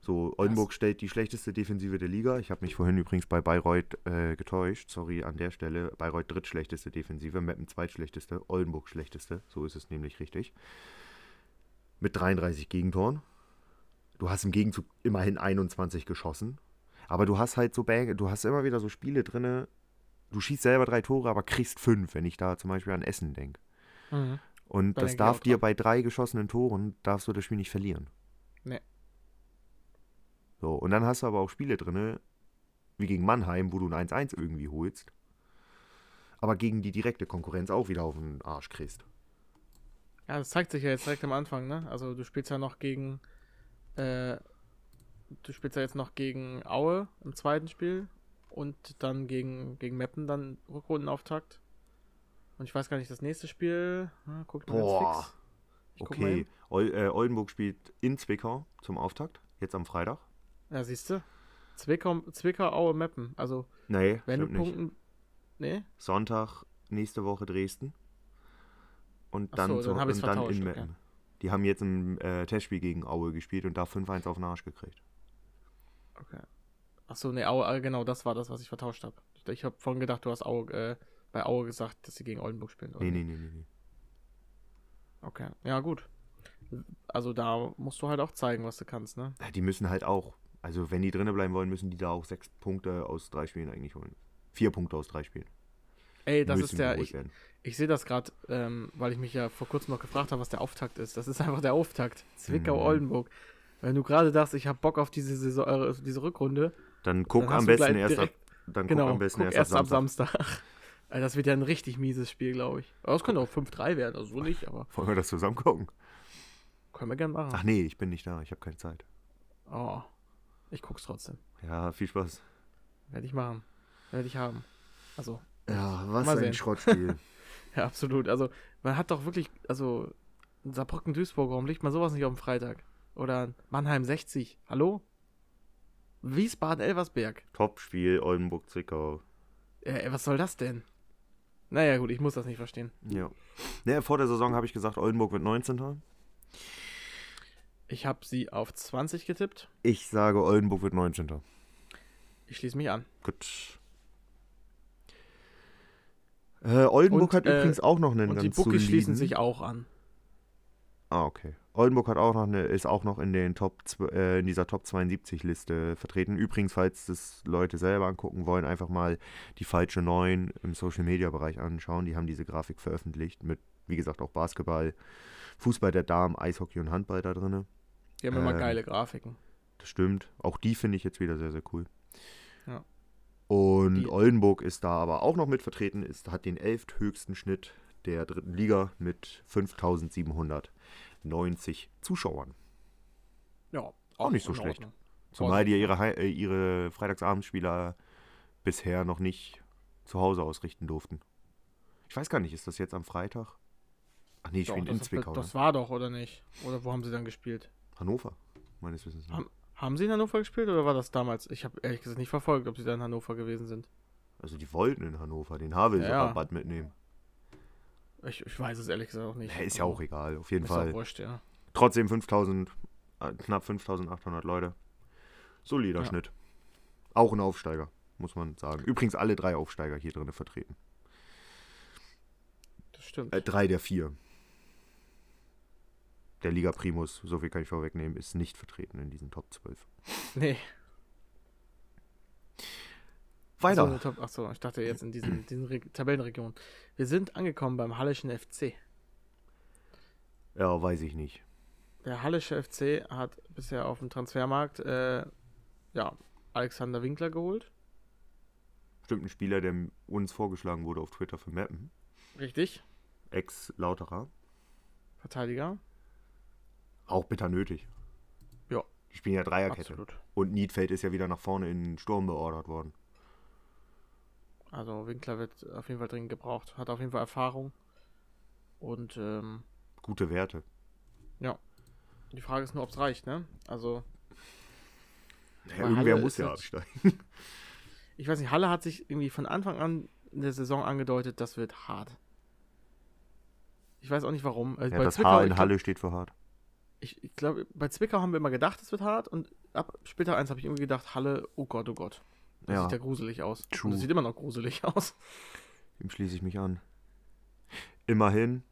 So, Oldenburg stellt die schlechteste Defensive der Liga. Ich habe mich vorhin übrigens bei Bayreuth äh, getäuscht. Sorry an der Stelle. Bayreuth drittschlechteste Defensive, Meppen zweitschlechteste, Oldenburg schlechteste. So ist es nämlich richtig. Mit 33 Gegentoren. Du hast im Gegenzug immerhin 21 geschossen. Aber du hast halt so Bang, du hast immer wieder so Spiele drinne. Du schießt selber drei Tore, aber kriegst fünf, wenn ich da zum Beispiel an Essen denke.
Mhm.
Und
Da denk
das
ich
darf
auch
dir
dran.
bei drei geschossenen Toren, darfst du das Spiel nicht verlieren.
Nee.
So, und dann hast du aber auch Spiele drinne, wie gegen Mannheim, wo du ein 1-1 irgendwie holst. Aber gegen die direkte Konkurrenz auch wieder auf den Arsch kriegst.
Ja, das zeigt sich ja jetzt direkt am Anfang, ne? Also du spielst ja noch gegen, äh, du spielst ja jetzt noch gegen Aue im zweiten Spiel und dann gegen, gegen Meppen dann Rückrundenauftakt. Und ich weiß gar nicht, das nächste Spiel, hm, guck ich mal
Boah.
ganz fix. Ich guck mal
Okay,
hin.
Ol äh, Oldenburg spielt in Zwickau zum Auftakt, jetzt am Freitag.
Ja, siehst du? Zwickau, Zwickau, Aue, Meppen. Also,
Nee,
wenn
stimmt
du
nicht.
punkten. Nee?
Sonntag nächste Woche Dresden. Und
Ach
dann,
so,
so,
dann hab ich's
und dann
vertauscht,
in
okay.
Meppen. Die haben jetzt im äh, Testspiel gegen Aue gespielt und da 5-1 auf den Arsch gekriegt.
Okay. Achso, nee, Aue, äh, genau, das war das, was ich vertauscht habe. Ich habe vorhin gedacht, du hast Aue, äh, bei Aue gesagt, dass sie gegen Oldenburg spielen. oder?
Nee, nee, nee, nee. nee.
Okay, ja, gut. Also da musst du halt auch zeigen, was du kannst, ne?
Ja, Die müssen halt auch, also wenn die drinnen bleiben wollen, müssen die da auch sechs Punkte aus drei Spielen eigentlich holen. Vier Punkte aus drei Spielen.
Ey, das
müssen
ist der,
geholt
ich,
werden.
ich sehe das gerade, ähm, weil ich mich ja vor kurzem noch gefragt habe, was der Auftakt ist. Das ist einfach der Auftakt.
Mhm.
Zwickau-Oldenburg. Wenn du gerade dachtest, ich habe Bock auf diese, Saison, äh, auf diese Rückrunde,
Dann guck
dann hast
am
du
besten
gleich
erst ab,
direkt-
dann
genau,
guck am besten
guck
erst,
erst
ab
ab
Samstag.
Samstag. Alter, das wird ja ein richtig mieses Spiel, glaube ich. Aber das könnte auch 5-3 werden, also so nicht, aber
Wollen wir das zusammen gucken?
können wir gern machen.
Ach nee, ich bin nicht da, ich habe keine Zeit. Ah.
Oh, ich guck's trotzdem.
Ja, viel Spaß.
Werde ich machen. Werde ich haben. Also,
Ja, was
Mal sehen.
Schrottspiel.
ja, absolut. Also, man hat doch wirklich, also, Saarbrücken-Duisburg, warum liegt man sowas nicht auf dem Freitag? Oder Mannheim 60, hallo? Wiesbaden-Elversberg.
Topspiel Oldenburg-Zwickau.
Äh, was soll das denn? Naja, gut, ich muss das nicht verstehen.
Ja. Ne, vor der Saison habe ich gesagt, Oldenburg wird 19.
Ich habe sie auf 20 getippt.
Ich sage, Oldenburg wird 19.
Ich schließe mich an.
Gut. Äh, Oldenburg
Und,
hat
äh,
übrigens auch noch einen
Und
ganz
die Bucke schließen
soliden-
sich auch an.
Ah, okay. Oldenburg hat auch noch eine, ist auch noch in den Top zw- äh, in dieser Top 72 Liste vertreten. Übrigens, falls das Leute selber angucken wollen, einfach mal die falsche 9 im Social Media Bereich anschauen. Die haben diese Grafik veröffentlicht mit wie gesagt auch Basketball, Fußball der Damen, Eishockey und Handball da drinne.
Die haben immer
Ähm,
geile Grafiken.
Das stimmt. Auch die finde ich jetzt wieder sehr, sehr cool.
Ja.
Und
Die-
Oldenburg ist da aber auch noch mit vertreten, ist, hat den elfthöchsten Schnitt der dritten Liga mit 5790 Zuschauern.
Ja,
auch nicht so
in
schlecht.
Ordnung.
Zumal die ihre, Hei- äh, ihre Freitagsabendspieler bisher noch nicht zu Hause ausrichten durften. Ich weiß gar nicht, ist das jetzt am Freitag? Ach nee, ich
Doch,
spiele in
das,
Zwickau.
das
Ne?
war doch, oder nicht? Oder wo haben sie dann gespielt?
Hannover. meines Wissens nach.
Am- Haben sie in Hannover gespielt oder war das damals? Ich habe ehrlich gesagt nicht verfolgt, ob sie da in Hannover gewesen sind.
Also die wollten in Hannover den Havel
Ja.
sogar Bad mitnehmen.
Ich, ich weiß es ehrlich gesagt auch nicht.
Ja, ist ja auch egal, auf jeden
Ist
Fall.
auch wurscht, ja.
Trotzdem 5000, äh, knapp 5800 Leute. Solider
Ja.
Schnitt. Auch ein Aufsteiger, muss man sagen. Übrigens alle drei Aufsteiger hier drin vertreten.
Das stimmt.
Äh, drei der vier. Der Liga Primus, so viel kann ich vorwegnehmen, ist nicht vertreten in diesen Top 12.
nee.
Weiter.
So, Top, ach so, ich dachte jetzt in diesen, diesen Re Tabellenregionen. Wir sind angekommen beim Halleschen FC.
Ja, weiß ich nicht.
Der Halleische FC hat bisher auf dem Transfermarkt äh, ja, Alexander Winkler geholt.
Bestimmt ein Spieler, der uns vorgeschlagen wurde auf Twitter für Mappen.
Richtig.
Ex-Lauterer.
Verteidiger.
Auch bitter nötig.
Ja.
Die spielen ja Dreierkette.
Absolut.
Und Niedfeld ist ja wieder nach vorne in den Sturm beordert worden.
Also Winkler wird auf jeden Fall dringend gebraucht. Hat auf jeden Fall Erfahrung. Und ähm,
Gute Werte.
die Frage ist nur, ob es reicht, ne? Also,
Naja,
Bei
irgendwer
Halle
muss
ist halt
ja
das-
absteigen.
ich weiß nicht, Halle hat sich irgendwie von Anfang an in der Saison angedeutet, das wird hart. Ich weiß auch nicht warum. Also
Ja, das
Zwickau,
H
ich
in
glaub,
Halle steht für hart.
Ich, ich glaube, bei Zwickau haben wir immer gedacht, es wird hart und ab später eins habe ich irgendwie gedacht, Halle, oh Gott, oh Gott. Das
Ja,
sieht ja gruselig aus.
True.
Und das sieht immer noch gruselig aus.
dem schließe ich mich an. Immerhin,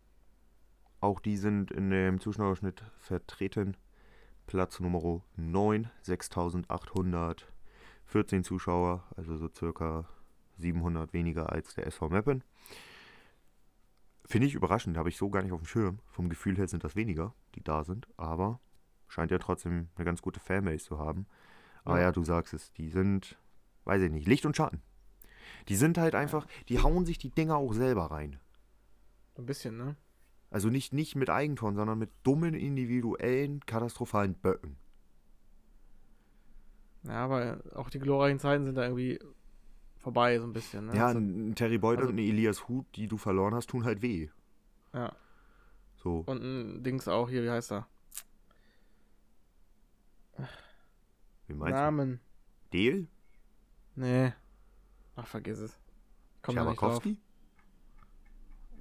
auch die sind in dem Zuschauerschnitt vertreten. Platz Nummer 9, 6814 Zuschauer, also so circa 700 weniger als der SV Meppen. Finde ich überraschend, habe ich so gar nicht auf dem Schirm. Vom Gefühl her sind das weniger, die da sind, aber scheint ja trotzdem eine ganz gute Fanbase zu haben. Aber
Ja.
ja, du sagst es, die sind, weiß ich nicht, Licht und Schatten. Die sind halt einfach, die hauen sich die Dinger auch selber rein.
Ein bisschen, ne?
Also nicht, nicht mit Eigentoren, sondern mit dummen, individuellen, katastrophalen Böcken.
Ja, aber auch die glorreichen Zeiten sind da irgendwie vorbei, so ein bisschen, ne?
Ja,
Also,
ein Terry Boyd
also-
und ein Elias Huth, die du verloren hast, tun halt weh.
ja.
So.
Und ein Dings auch hier, wie heißt er?
Wie meinst du?
Namen.
Del?
Nee. Ach, vergiss es. Komm da nicht drauf.
Scherbakowski?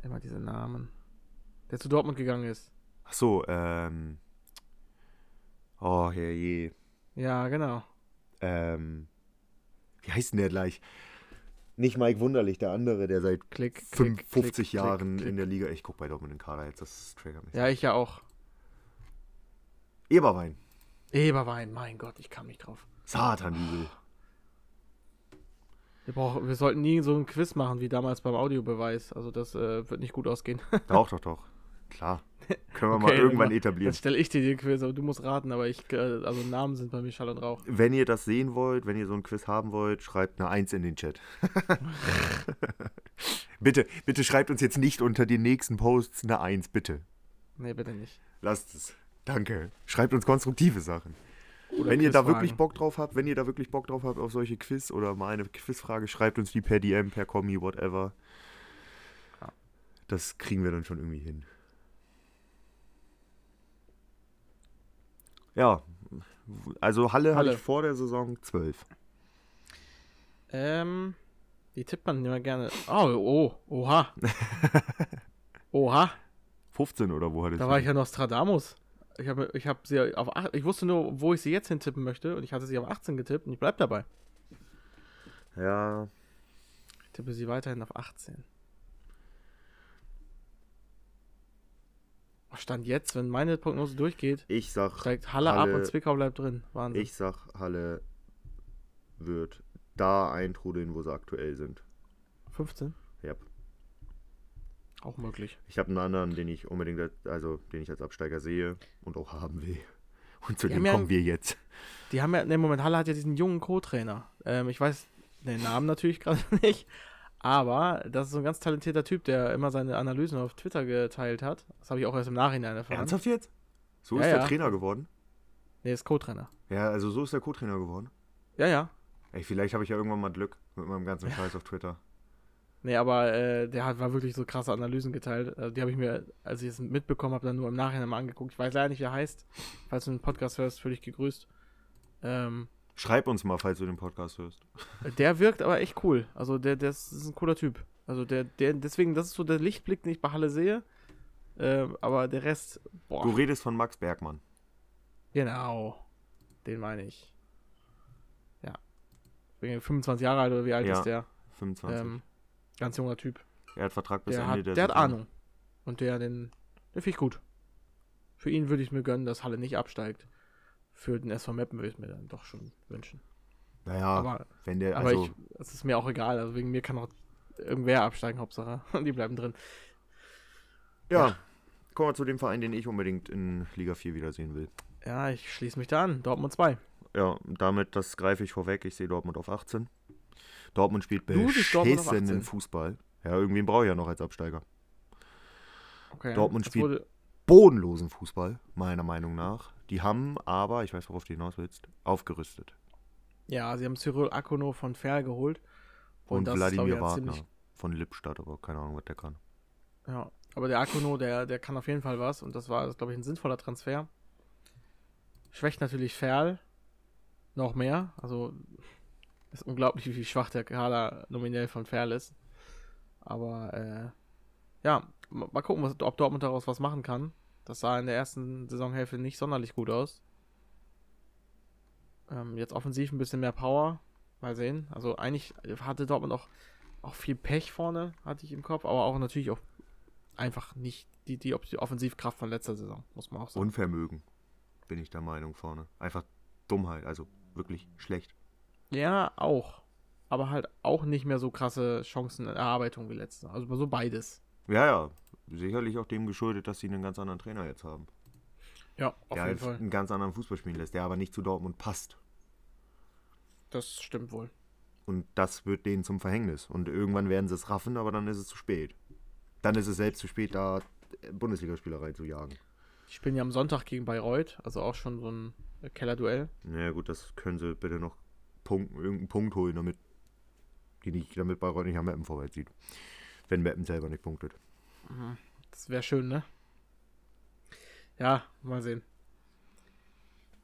Immer diese Namen. Der zu Dortmund gegangen ist.
Ach so, ähm. Oh, herrje.
Ja, genau.
Ähm. Wie heißt denn der gleich? Nicht Mike Wunderlich, der andere, der seit
Klick, klick,
55
klick,
Jahren
klick,
in
klick.
der Liga. Ich guck bei Dortmund den Kader jetzt, das triggert mich.
Ja, ich ja auch.
Eberwein.
Eberwein, mein Gott, ich kam nicht drauf.
Satanübel.
Wir, brauchen, wir sollten nie so ein Quiz machen wie damals beim Audiobeweis. Also das äh, wird nicht gut ausgehen.
Doch, doch, doch. Klar. Können wir mal
Okay, dann
irgendwann
mach-
etablieren.
Jetzt stelle ich dir den Quiz, aber du musst raten, aber ich, äh, also Namen sind bei mir Schall und Rauch.
Wenn ihr das sehen wollt, wenn ihr so ein Quiz haben wollt, schreibt eine 1 in den Chat. bitte, bitte schreibt uns jetzt nicht unter den nächsten Posts eine 1, bitte.
Nee, bitte nicht.
Lasst es. Danke. Schreibt uns konstruktive Sachen. wenn ihr da
Quizfragen.
wirklich Bock drauf habt, wenn ihr da wirklich Bock drauf habt auf solche Quiz oder mal eine Quizfrage, schreibt uns die per DM, per Kommi, whatever.
Ja.
Das kriegen wir dann schon irgendwie hin. Ja, also Halle, hatte
Halle.
ich vor der Saison 12.
Ähm, die tippt man immer gerne. Oh, oh, oha. oha,
15 oder wo hattest
da
du
war
die?
ich ja Nostradamus. Ich habe ich hab sie auf acht, ich wusste nur, wo ich sie jetzt hintippen möchte und ich hatte sie auf 18 getippt und ich bleib dabei. halt-
Ja,
Ich tippe sie weiterhin auf 18. Stand jetzt, wenn meine Prognose durchgeht,
ich sag,
steigt Halle, ab
Halle-
und Zwickau bleibt drin. Wahnsinn.
ich sag, Halle wird da eintrudeln, wo sie aktuell sind.
15?
Ja.
Auch möglich.
Ich habe einen anderen, den ich unbedingt, als- also den ich als Absteiger sehe und auch haben will. Und zu
Die
dem
haben ja-
kommen wir jetzt.
Die haben ja, ne, Moment, Halle hat ja diesen jungen Co-Trainer. Ähm, ich weiß den Namen natürlich gerade nicht, aber das ist so ein ganz talentierter Typ, der immer seine Analysen auf Twitter geteilt hat. Das habe ich auch erst im Nachhinein erfahren.
jetzt? So
Ja,
ist der
ja.
Trainer geworden.
Nee, ist Co-Trainer.
Ja, also so ist der Co-Trainer geworden.
Ja, ja.
Ey, vielleicht habe ich ja irgendwann mal Glück mit meinem ganzen Scheiß auf Twitter.
Nee, aber äh, der hat, war wirklich so krasse Analysen geteilt. Also die habe ich mir, als ich es mitbekommen habe, dann nur im Nachhinein mal angeguckt. Ich weiß leider nicht, wie er heißt. Falls du den Podcast hörst, völlig gegrüßt. Ähm,
Schreib uns mal, falls du den Podcast hörst.
der wirkt aber echt cool. Also der, der ist, ist ein cooler Typ. Also der, der, deswegen, das ist so der Lichtblick, den ich bei Halle sehe. Ähm, aber der Rest, boah.
Du redest von Max Bergmann.
Genau. Den meine ich. Ja. Bin 25 Jahre alt oder wie alt
Ja,
ist der?
25.
Ähm, ganz junger Typ.
er hat Vertrag bis
Der
Ende
hat,
der
der hat
Saison.
Ahnung. Und der, den, den finde ich gut. Für ihn würde ich mir gönnen, dass Halle nicht absteigt. Für den SV Meppen würde ich mir dann doch schon wünschen.
Naja,
Aber,
wenn der,
aber
Ah, also,
ich, es ist mir auch egal. Also wegen mir kann auch irgendwer absteigen, Hauptsache. Und die bleiben drin.
ja. Kommen wir zu dem Verein, den ich unbedingt in Liga 4 wiedersehen will.
Ja, ich schließe mich da an. Dortmund 2.
Ja, damit, das greife ich vorweg. Ich sehe Dortmund auf 18. Dortmund spielt
Du siehst Dortmund auf 18.
beschissenen Fußball. Ja, irgendwen brauche ich ja noch als Absteiger.
Okay.
Dortmund
das
spielt-
Wurde,
Bodenlosen Fußball, meiner Meinung nach. Die haben aber, ich weiß, worauf du hinaus willst, aufgerüstet.
ja, sie haben Cyril Akono von Ferl geholt. Und,
Und
das ist, glaube ich,
Wladimir
ja
Wagner
ziemlich.
von Lippstadt, aber keine Ahnung, was der kann.
Ja. Aber der Akono, der, der kann auf jeden Fall was. Und das war, glaube ich, ein sinnvoller Transfer. Schwächt natürlich Ferl noch mehr. Also ist unglaublich, wie schwach der Kader nominell von Ferl ist. Aber äh, ja, ma- mal gucken, was, ob Dortmund daraus was machen kann. Das sah in der ersten Saisonhälfte nicht sonderlich gut aus. Ähm, jetzt offensiv ein bisschen mehr Power. Mal sehen. Also eigentlich hatte Dortmund auch, auch viel Pech vorne, hatte ich im Kopf, aber auch natürlich auch einfach nicht die, die, die Offensivkraft von letzter Saison, muss man auch sagen.
Unvermögen, bin ich der Meinung vorne. Einfach Dummheit, also wirklich schlecht.
Ja, auch. Aber halt auch nicht mehr so krasse Chancenerarbeitung wie letzte. Also so beides.
Ja, ja, sicherlich auch dem geschuldet, dass sie einen ganz anderen Trainer jetzt haben.
Ja, auf
der
jeden
jetzt
Fall.
einen ganz anderen Fußball spielen lässt, der aber nicht zu Dortmund passt.
Das stimmt wohl.
Und das wird denen zum Verhängnis. Und irgendwann werden sie es raffen, aber dann ist es zu spät. Dann ist es selbst zu spät, da Bundesligaspielerei zu jagen.
Die spielen ja am Sonntag gegen Bayreuth, also auch schon so ein äh, Kellerduell.
Naja gut, das können sie bitte noch Punkt, irgendeinen Punkt holen, damit die nicht, damit Bayreuth nicht am Mappen vorwärts sieht. Wenn Mappen selber nicht punktet.
Das wäre schön, ne? Ja, mal sehen.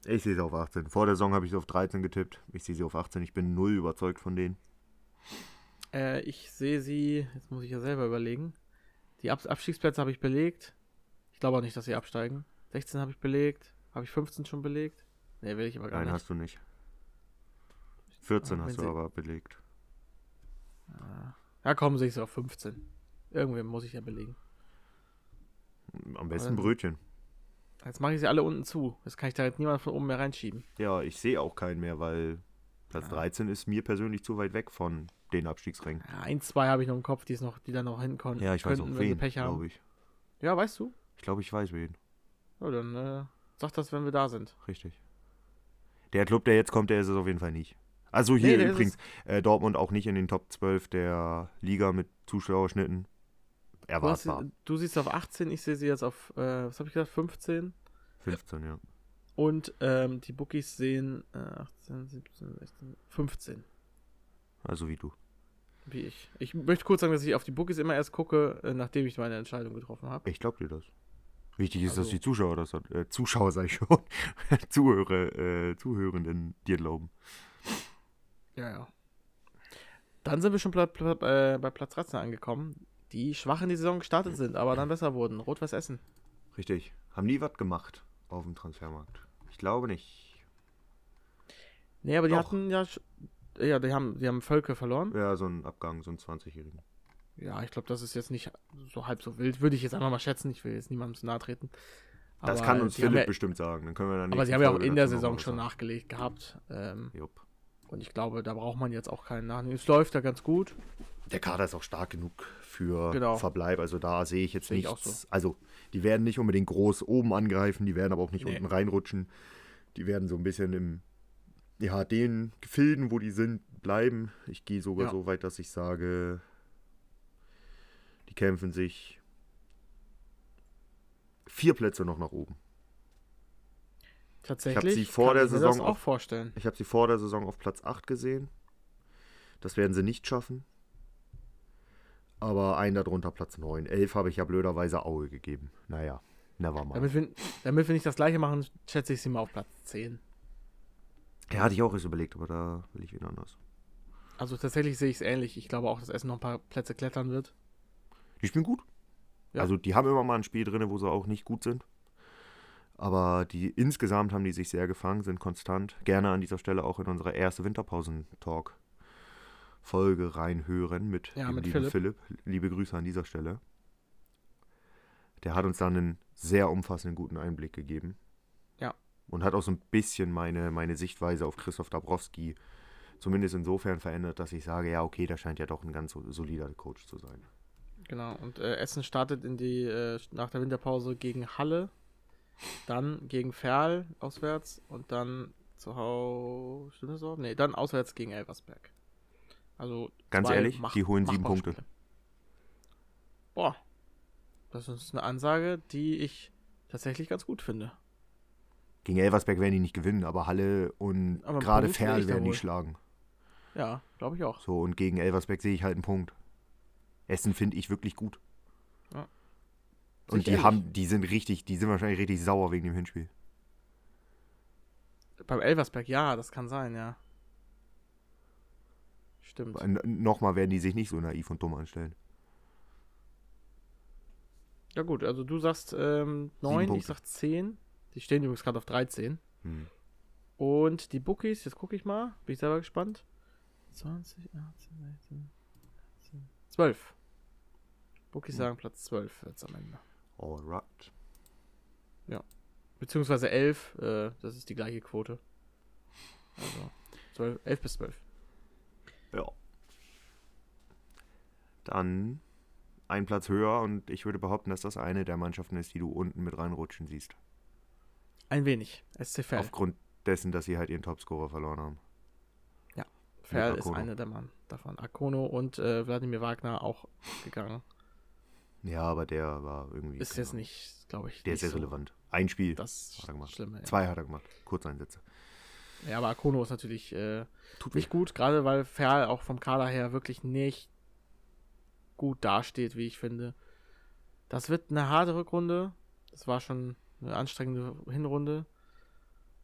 Ich sehe sie auf 18. Vor der Saison habe ich sie auf 13 getippt. Ich sehe sie auf 18. Ich bin null überzeugt von denen.
Äh, ich sehe sie, jetzt muss ich ja selber überlegen. Die Ab Abstiegsplätze habe ich belegt. Ich glaube auch nicht, dass sie absteigen. 16 habe ich belegt. Habe ich 15 schon belegt? Ne, will ich aber gar
Nein,
nicht.
hast du nicht. 14
Ah,
hast
wenn
du
sie-
aber belegt.
Ja, kommen sie auf 15. Irgendwem muss ich ja belegen.
Am
dann-
besten Brötchen.
Jetzt mache ich sie alle unten zu. Jetzt kann ich da jetzt niemand von oben mehr reinschieben.
Ja, ich sehe auch keinen mehr, weil Platz 13 ist mir persönlich zu weit weg von den Abstiegsrängen.
Ja, ein, zwei habe ich noch im Kopf, die es noch, die da noch hin konnten.
Ja, ich weiß
könnten,
auch
wenn sie
wen,
Pech haben.
glaube ich.
Ja, weißt du?
Ich glaube, ich weiß wen.
Ja, dann äh, sag das, wenn wir da sind.
Richtig. Der Club, der jetzt kommt, der ist es auf jeden Fall nicht. Also hier
Nee, der ist
übrigens, äh, Dortmund auch nicht in den Top 12 der Liga mit Zuschauerschnitten.
Du, hast,
Erwartbar.
sie- du siehst sie auf 18, ich sehe sie jetzt auf, äh, was habe ich gesagt, 15.
15, ja.
Und ähm, die Bookies sehen äh, 18, 17, 16, 15.
Also wie du.
Wie ich. Ich möchte kurz sagen, dass ich auf die Bookies immer erst gucke, äh, nachdem ich meine Entscheidung getroffen habe.
Ich glaube dir das. Wichtig ist, dass
Also-
die Zuschauer das äh, Zuschauer sei schon. Zuhörer, äh, Zuhörenden dir glauben.
Ja, ja. Dann sind wir schon pla pla äh, bei Platz 13 angekommen, die schwach in die Saison gestartet sind, aber dann besser wurden. Rot-Weiß Essen.
Richtig. Haben die was gemacht auf dem Transfermarkt? Ich glaube nicht.
Nee, aber die
Doch.
hatten ja. sch- Ja, die haben, die haben Völke verloren.
Ja, so ein Abgang, so ein 20-Jährigen.
Ja, ich glaube, das ist jetzt nicht so halb so wild. Würde ich jetzt einfach mal schätzen. Ich will jetzt niemandem zu nahe treten.
Das
Aber,
kann
äh,
uns
die haben
Philipp
ja,
bestimmt sagen. Dann können wir dann
Aber sie haben ja auch in der Saison schon nachgelegt gehabt. Ähm,
Jupp.
und ich glaube, da braucht man jetzt auch keinen Nachhinein. Es läuft ja ganz gut.
Der Kader ist auch stark genug für
Genau.
Verbleib. Also da sehe ich jetzt
Sehe ich
nichts.
auch
Also die werden nicht unbedingt groß oben angreifen, die werden aber auch nicht
Nee.
unten reinrutschen. Die werden so ein bisschen im, ja, den Gefilden, wo die sind, bleiben. Ich gehe sogar
Ja.
so weit, dass ich sage, die kämpfen sich vier Plätze noch nach oben.
Tatsächlich.
vor
kann
der
ich mir
Saison
das auch
auf-
vorstellen.
Ich habe sie vor der Saison auf Platz 8 gesehen. Das werden sie nicht schaffen. Aber einen darunter Platz 9. 11 habe ich ja blöderweise Aue gegeben. Naja, never mind.
Damit wir, damit wir nicht das gleiche machen, schätze ich sie mal auf Platz 10.
Ja, hatte ich auch erst überlegt, aber da will ich wieder anders.
Also tatsächlich sehe ich es ähnlich. Ich glaube auch, dass Essen noch ein paar Plätze klettern wird.
Die spielen gut.
Ja.
Also die haben immer mal ein Spiel drin, wo sie auch nicht gut sind. Aber die insgesamt haben die sich sehr gefangen, sind konstant. Gerne an dieser Stelle auch in unsere erste Winterpausen-Talk-Folge reinhören mit,
Ja,
dem
mit
lieben Philipp. Liebe Grüße an dieser Stelle. Der hat uns dann einen sehr umfassenden guten Einblick gegeben.
Ja.
Und hat auch so ein bisschen meine, meine Sichtweise auf Christoph Dabrowski zumindest insofern verändert, dass ich sage, ja, okay, der scheint ja doch ein ganz solider Coach zu sein.
Genau. Und äh, Essen startet in die, äh, nach der Winterpause gegen Halle, dann gegen Ferl auswärts und dann zu Hause. Stimmt das so? Nee, dann auswärts gegen Elversberg. Also.
Ganz
zwei
ehrlich,
mach-
die holen sieben
machbare
Punkte.
Spiele. Boah. Das ist eine Ansage, die ich tatsächlich ganz gut finde.
Gegen Elversberg werden die nicht gewinnen, aber Halle und
Aber einen
gerade
Punkt will ich
Ferl
da
werden die
wohl.
schlagen.
Ja, glaube ich auch.
So, und gegen Elversberg sehe ich halt einen Punkt. Essen finde ich wirklich gut.
Ja.
Und die
Sicherlich.
haben, die sind richtig, die sind wahrscheinlich richtig sauer wegen dem Hinspiel.
Beim Elversberg, ja, das kann sein, ja. Stimmt.
N- Nochmal werden die sich nicht so naiv und dumm anstellen.
Ja gut, also du sagst ähm, 9, ich
Punkte.
sag 10. Die stehen übrigens gerade auf 13. Und die Bookies, jetzt gucke ich mal, bin ich selber gespannt. 20, 18, 16, 18, 12. Bookies sagen Platz 12 jetzt am Ende.
Alright.
Beziehungsweise 11, äh, das ist die gleiche Quote. Also 12, 11 bis 12.
Ja. Dann ein Platz höher und ich würde behaupten, dass das eine der Mannschaften ist, die du unten mit reinrutschen siehst.
Ein wenig. SC Verl.
Aufgrund dessen, dass sie halt ihren Topscorer verloren haben.
Verl
mit
ist
Akono.
einer der Mann davon. Akono und äh, Wladimir Wagner auch gegangen.
Ja, aber der war irgendwie.
Ist
keine
jetzt
Ahnung.
nicht, glaube ich,
genau? Der
nicht
ist irrelevant. Ein Spiel.
So das
Hat er gemacht.
Schlimme. ja.
Zwei hat er gemacht. Kurzeinsätze.
Ja, aber Akono ist natürlich äh,
Tut
nicht gut, gerade weil Ferl auch vom Kader her wirklich nicht gut dasteht, wie ich finde. Das wird eine harte Rückrunde. Das war schon eine anstrengende Hinrunde.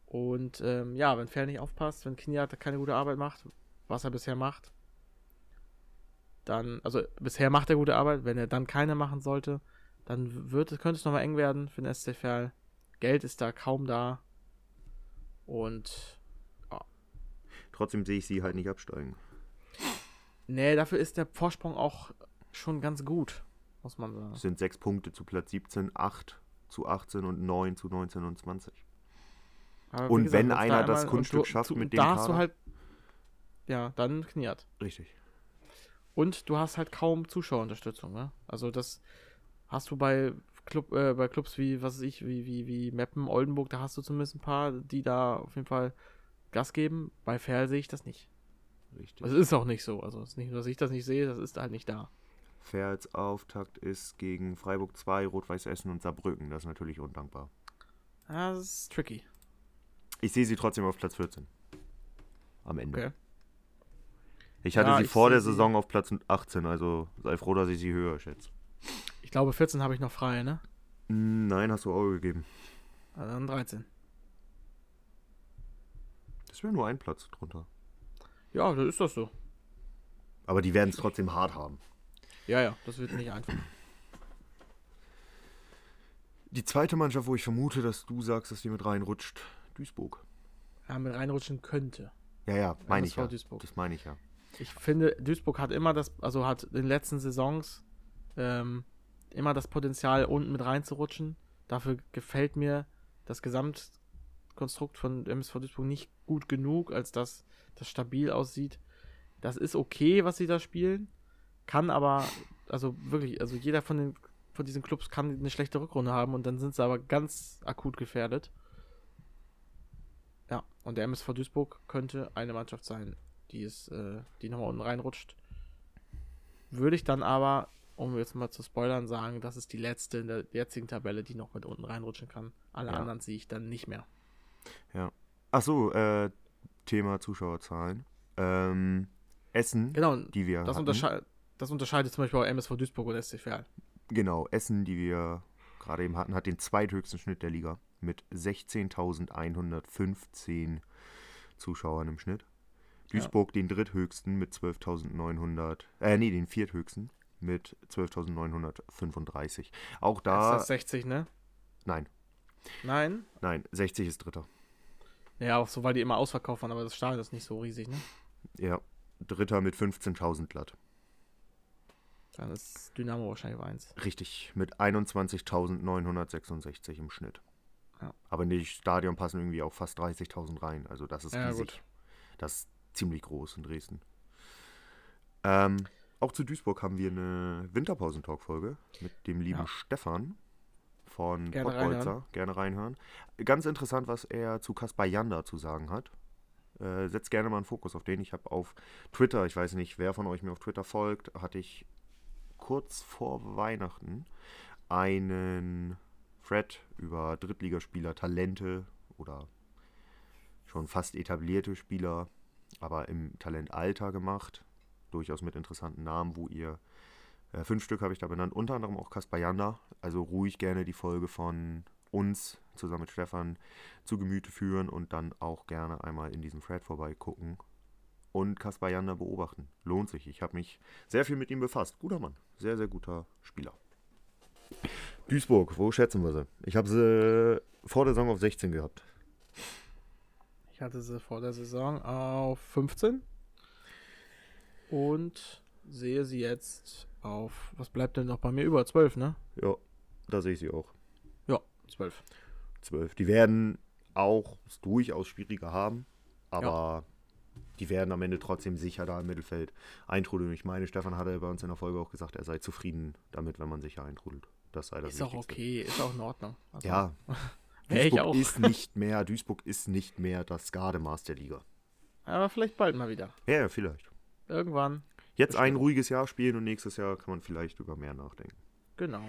Und ähm, ja, wenn Ferl nicht aufpasst, wenn Kniat keine gute Arbeit macht, was er bisher macht, dann, also bisher macht er gute Arbeit, wenn er dann keine machen sollte, dann wird, könnte es nochmal eng werden für den SC Ferl. Geld ist da kaum da. Und
Trotzdem sehe ich sie halt nicht absteigen.
Nee, dafür ist der Vorsprung auch schon ganz gut, muss man sagen.
Es sind sechs Punkte zu Platz 17, acht zu 18 und neun zu 19 und 20.
Aber wie
Und wenn
wenn's da
einer das
einmal-
Kunststück
und du-
schafft
zu-
mit
Da
dem
hast du
Kader.
halt, ja, dann kniert.
Richtig.
Und du hast halt kaum Zuschauerunterstützung, ne? Also das hast du bei Club, äh, bei Clubs wie, was weiß ich, wie, wie, wie Meppen, Oldenburg, da hast du zumindest ein paar, die da auf jeden Fall Gas geben. Bei Ferl sehe ich das nicht.
Richtig.
Es ist auch nicht so. Also es ist nicht, nur, dass ich das nicht sehe, das ist halt nicht da.
Fährts Auftakt ist gegen Freiburg 2, Rot-Weiß Essen und Saarbrücken. Das ist natürlich undankbar.
Ja, Das ist tricky.
Ich sehe sie trotzdem auf Platz 14. Am Ende.
Okay.
Ich hatte
Ja,
sie
ich
vor
sehe
der
sie-
Saison auf Platz 18, also sei froh, dass ich sie höher schätze.
Ich glaube, 14 habe ich noch frei, ne?
Hm, Nein, hast du Auge gegeben.
Also dann 13.
Das wäre nur ein Platz drunter.
Ja, dann ist das so.
Aber die werden es trotzdem hart haben.
Ja, ja, das wird nicht einfach.
Die zweite Mannschaft, wo ich vermute, dass du sagst, dass die mit reinrutscht, Duisburg.
Ja, mit reinrutschen könnte.
Ja, ja, meine ich
MSV
ja.
Duisburg.
Das meine ich ja.
Ich finde, Duisburg hat immer das, also hat in den letzten Saisons ähm, immer das Potenzial, unten mit reinzurutschen. Dafür gefällt mir das Gesamtkonstrukt von MSV Duisburg nicht gut genug, als dass das stabil aussieht. Das ist okay, was sie da spielen, kann aber, also wirklich, also jeder von den von diesen Clubs kann eine schlechte Rückrunde haben und dann sind sie aber ganz akut gefährdet. Ja, und der MSV Duisburg könnte eine Mannschaft sein, die ist, äh, die nochmal unten reinrutscht. Würde ich dann aber, um jetzt mal zu spoilern, sagen, das ist die letzte in der jetzigen Tabelle, die noch mit unten reinrutschen kann. Alle
Ja.
anderen sehe ich dann nicht mehr.
Achso, äh, Thema Zuschauerzahlen. Ähm, Essen,
Genau,
die wir
das
hatten,
unterscheidet. das unterscheidet zum Beispiel auch MSV Duisburg oder SC Verl.
Genau, Essen, die wir gerade eben hatten, hat den zweithöchsten Schnitt der Liga mit 16.115 Zuschauern im Schnitt. Duisburg den dritthöchsten mit 12.900, äh nee, den vierthöchsten mit 12.935. Auch
Ist
da,
das 60, ne?
nein,
Nein?
nein, 60 ist dritter.
Ja, auch so, weil die immer ausverkauft waren, aber das Stadion ist nicht so riesig, ne?
Ja, dritter mit 15.000 glatt.
Dann ist Dynamo wahrscheinlich auf eins.
Richtig, mit 21.966 im Schnitt.
Ja.
Aber in das Stadion passen irgendwie auch fast 30.000 rein. Also das ist
Ja,
riesig.
gut.
Das ist ziemlich groß in Dresden. Ähm, auch zu Duisburg haben wir eine Winterpausentalk-Folge mit dem lieben
Ja.
Stefan von
Gerne
Pottbolzer. Gerne reinhören. Ganz interessant, was er zu Kaspar Janda zu sagen hat. Äh, setzt gerne mal einen Fokus auf den. Ich habe auf Twitter, ich weiß nicht, wer von euch mir auf Twitter folgt, hatte ich kurz vor Weihnachten einen Thread über Drittligaspieler, Talente oder schon fast etablierte Spieler, aber im Talentalter gemacht. Durchaus mit interessanten Namen, wo ihr äh, fünf Stück habe ich da benannt, unter anderem auch Kaspar Janda. Also ruhig gerne die Folge von uns zusammen mit Stefan zu Gemüte führen und dann auch gerne einmal in diesem Thread vorbeigucken und Kaspar Janda beobachten. Lohnt sich. Ich habe mich sehr viel mit ihm befasst. Guter Mann. Sehr, sehr guter Spieler. Duisburg, wo schätzen wir sie? Ich habe sie vor der Saison auf 16 gehabt.
Ich hatte sie vor der Saison auf 15 und sehe sie jetzt auf, was bleibt denn noch bei mir? Über 12, ne?
Ja, da sehe ich sie auch.
Ja, 12.
12. Die werden auch es durchaus schwieriger haben, aber die werden am Ende trotzdem sicher da im Mittelfeld eintrudeln. Ich meine, Stefan hatte bei uns in der Folge auch gesagt, er sei zufrieden damit, wenn man sicher eintrudelt. Das sei das
ist auch
Wichtigste.
okay, ist auch in Ordnung. Also,
Ja,
Wär ich
Duisburg
auch.
ist nicht mehr, Duisburg ist nicht mehr das Gardemaß der Liga.
Aber vielleicht bald mal wieder.
Ja, ja, vielleicht.
Irgendwann,
Jetzt ein
Bestimmt.
ruhiges Jahr spielen und nächstes Jahr kann man vielleicht über mehr nachdenken.
genau.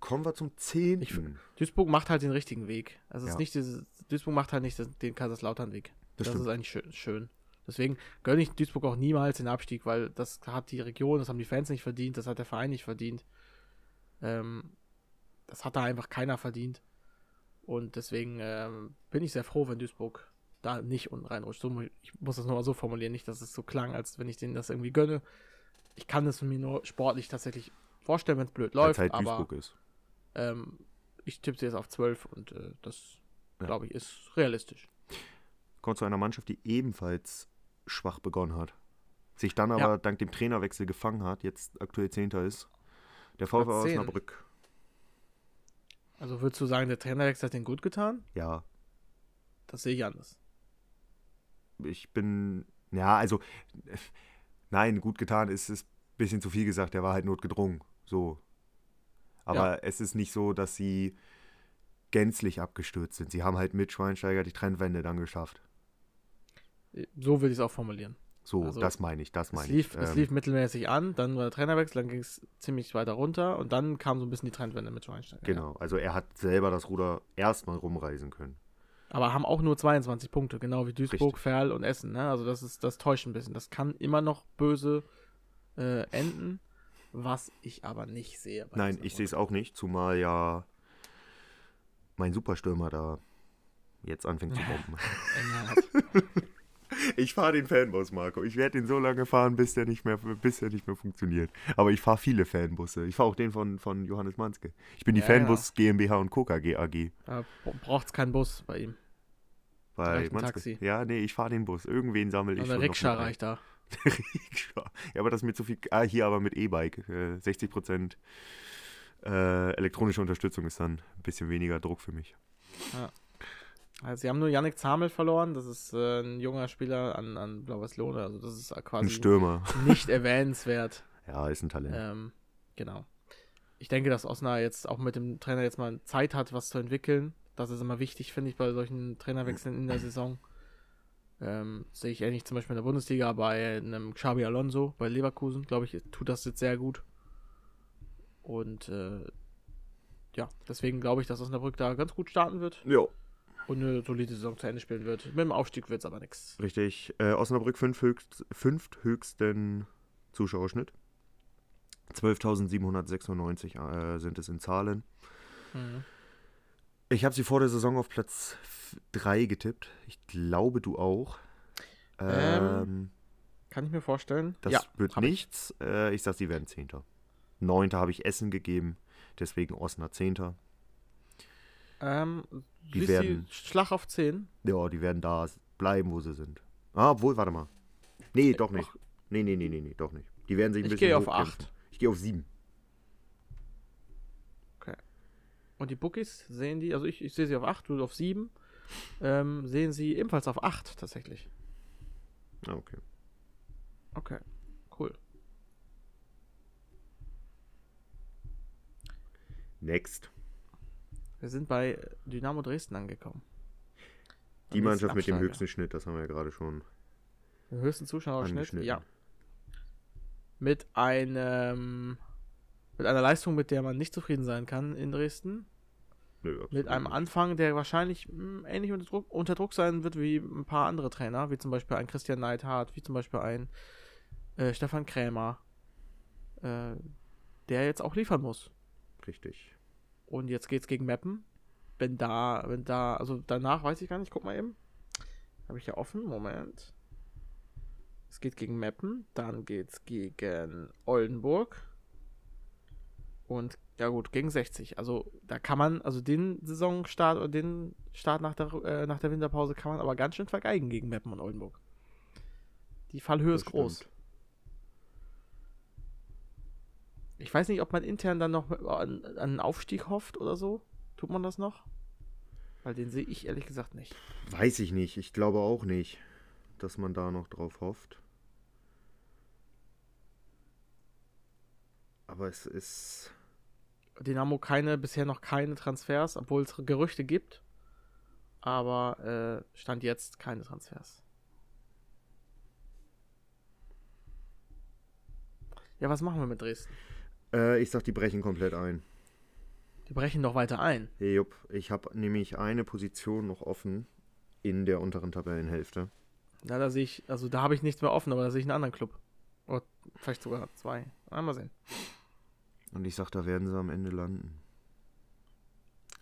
Kommen wir zum 10.
Ich- Duisburg macht halt den richtigen Weg. Also es
Ja.
ist nicht dieses, Duisburg macht halt nicht das, den Kaiserslautern-Weg. Das,
Das stimmt.
ist eigentlich schön, schön. Deswegen gönne ich Duisburg auch niemals den Abstieg, weil das hat die Region, das haben die Fans nicht verdient, das hat der Verein nicht verdient. Ähm, das hat da einfach keiner verdient. Und deswegen ähm, bin ich sehr froh, wenn Duisburg da nicht unten reinrutscht. So, mu- ich muss das nochmal so formulieren, nicht, dass es so klang, als wenn ich denen das irgendwie gönne. Ich kann es mir nur sportlich tatsächlich vorstellen, wenn es blöd
Weil
läuft.
es halt
aber,
Duisburg ist.
ähm, ich tippe sie jetzt auf 12 und äh, das,
Ja.
glaube ich, ist realistisch.
kommt zu einer Mannschaft, die ebenfalls schwach begonnen hat. Sich dann aber
Ja.
dank dem Trainerwechsel gefangen hat, jetzt aktuell Zehnter ist. Der VfL
Platz zehn.
Osnabrück.
Also würdest du sagen, der Trainerwechsel hat den gut getan?
Ja,
Das sehe ich anders.
ich bin. Ja, also. Nein, gut getan ist es ein bisschen zu viel gesagt. Der war halt notgedrungen. So. Aber es ist nicht so, dass sie gänzlich abgestürzt sind. Sie haben halt mit Schweinsteiger die Trendwende dann geschafft.
Äh, So würde ich es auch formulieren.
So,
Also,
das meine ich, das meine
Es lief,
ich.
es
Ähm,
lief mittelmäßig an, dann war der Trainerwechsel, dann ging es ziemlich weiter runter und dann kam so ein bisschen die Trendwende mit Schweinsteiger.
Genau, also er hat selber das Ruder erstmal rumreißen können.
Aber haben auch nur 22 Punkte, genau wie Duisburg,
Richtig.
Ferl und Essen. Ne? Also das ist, das täuscht ein bisschen. Das kann immer noch böse äh, enden, was ich aber nicht sehe. bei
Nein,
Osnabrück.
ich sehe es auch nicht, zumal ja mein Superstürmer da jetzt anfängt zu bomben.
Ja,
Ich fahre den Fanbus, Marco. Ich werde den so lange fahren, bis der nicht mehr, bis der nicht mehr funktioniert. Aber ich fahre viele Fanbusse. Ich fahre auch den von, von Johannes Manske. Ich bin die
Ja,
Fanbus GmbH und Coca GAG.
Da braucht es keinen Bus bei ihm.
Bei
Reicht ein
Manske.
Taxi.
Ja, nee, ich fahre den Bus. Irgendwen sammle ich.
Also
schon
der
noch
Rikscha
mit ein.
reicht da.
Rikscha. Ja, aber das ist mir zu viel. Ah, hier aber mit E-Bike. Äh, 60% äh, elektronische Unterstützung ist dann ein bisschen weniger Druck für mich.
Also sie haben nur Yannick Zamel verloren, das ist äh, ein junger Spieler an, an Blaues Lohne, also das ist äh,
Ein
quasi
Stürmer.
nicht erwähnenswert.
Ja, ist ein Talent.
ähm, genau. Ich denke, dass Osna jetzt auch mit dem Trainer jetzt mal Zeit hat, was zu entwickeln. Das ist immer wichtig, finde ich, bei solchen Trainerwechseln in der Saison. Ähm, sehe ich ähnlich zum Beispiel in der Bundesliga bei einem Xabi Alonso bei Leverkusen, glaube ich, tut das jetzt sehr gut. Und äh, ja, deswegen glaube ich, dass Osnabrück da ganz gut starten wird.
Ja,
und eine solide Saison zu Ende spielen wird. Mit dem Aufstieg wird es aber nichts.
richtig. Äh, Osnabrück fünf höchst, fünfthöchsten Zuschauerschnitt 12.796 äh, sind es in Zahlen.
Mhm.
Ich habe sie vor der Saison auf Platz 3 getippt. Ich glaube, du auch. Ähm,
Ähm, Kann ich mir vorstellen.
das
ja,
wird
hab ich.
nichts. Ich, äh, ich sag, sie werden Zehnter. Neunter habe ich Essen gegeben, deswegen Osnabrück Zehnter.
Ähm,
Die
siehst
werden-
du Schlag auf 10.
Ja, die werden da bleiben, wo sie sind. Ah, obwohl, warte mal. Nee, doch nicht. Nee, nee, nee, nee, nee doch nicht. Die werden sich ein
Äh, Ich
bisschen
gehe auf
hochkämpfen.
8.
Ich gehe auf 7.
Und die Bookies sehen die, also ich, ich sehe sie auf 8, du auf 7. Ähm, sehen sie ebenfalls auf 8 tatsächlich.
Ah, okay.
Okay, cool.
Next.
Wir sind bei Dynamo Dresden angekommen.
Die
Am nächsten
Mannschaft mit dem
Absteiger.
höchsten Schnitt, das haben wir ja gerade schon
Den höchsten Zuschauerschnitt,
angeschnitten.
ja. Mit einem mit einer Leistung, mit der man nicht zufrieden sein kann in Dresden.
Nö, absolut
Mit einem
nicht.
Anfang, der wahrscheinlich mh, ähnlich unter Druck, unter Druck sein wird wie ein paar andere Trainer, wie zum Beispiel ein Christian Neidhardt, wie zum Beispiel ein äh, Stefan Krämer, äh, der jetzt auch liefern muss.
Richtig.
Und jetzt geht's gegen Meppen. Wenn da, wenn da, also danach weiß ich gar nicht, guck mal eben. Habe ich ja offen, Moment. Es geht gegen Meppen, dann geht's gegen Oldenburg. Und ja gut, gegen 60. Also da kann man, also den Saisonstart oder den Start nach der, äh, nach der Winterpause kann man aber ganz schön vergeigen gegen Meppen und Oldenburg. Die Fallhöhe
Das
ist groß.
stimmt.
Ich weiß nicht, ob man intern dann noch an, an einen Aufstieg hofft oder so. Tut man das noch? Weil den sehe ich ehrlich gesagt nicht.
Weiß ich nicht. Ich glaube auch nicht, dass man da noch drauf hofft. Aber es ist.
Dynamo keine, bisher noch keine Transfers, obwohl es Gerüchte gibt. Aber äh, stand jetzt keine Transfers. Ja, was machen wir mit Dresden?
Äh, ich sag, die brechen komplett ein.
Die brechen doch weiter ein.
Jupp, ich habe nämlich eine Position noch offen in der unteren Tabellenhälfte.
Ja, da sehe ich, also da habe ich nichts mehr offen, aber da sehe ich einen anderen Club. Oder vielleicht sogar zwei. Ah, Mal sehen.
Und ich sag, da werden sie am Ende landen.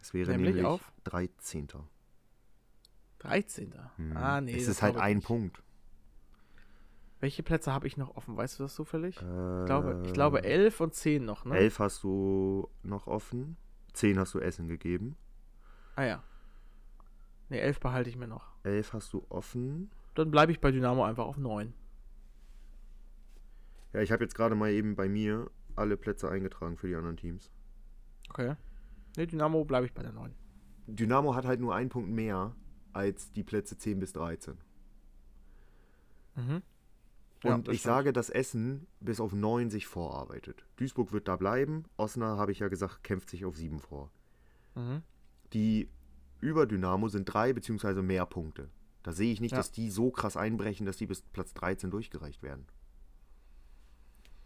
Es wäre
Nämlich
nämlich,
auf?
13.
13.
Hm.
Ah, nee.
es
das
ist halt
glaube ich
ein
nicht.
Punkt.
Welche Plätze habe ich noch offen? Weißt du das zufällig?
Ich
Ich glaube,
Äh,
ich glaube 11 und 10 noch, ne?
11 hast du noch offen. 10 hast du Essen gegeben.
Ah ja. Ne, 11 behalte ich mir noch.
11 hast du offen.
Dann bleibe ich bei Dynamo einfach auf 9.
Ja, ich habe jetzt gerade mal eben bei mir alle Plätze eingetragen für die anderen Teams.
Okay. Ne, Dynamo bleibe ich bei der 9.
Dynamo hat halt nur einen Punkt mehr als die Plätze 10 bis 13.
Mhm. Ja,
Und
das
ich
stimmt.
sage, dass Essen bis auf 9 sich vorarbeitet. Duisburg wird da bleiben. Osnabrück, habe ich ja gesagt, kämpft sich auf 7 vor.
Mhm.
Die über Dynamo sind drei beziehungsweise mehr Punkte. Da sehe ich nicht,
Ja.
dass die so krass einbrechen, dass die bis Platz 13 durchgereicht werden.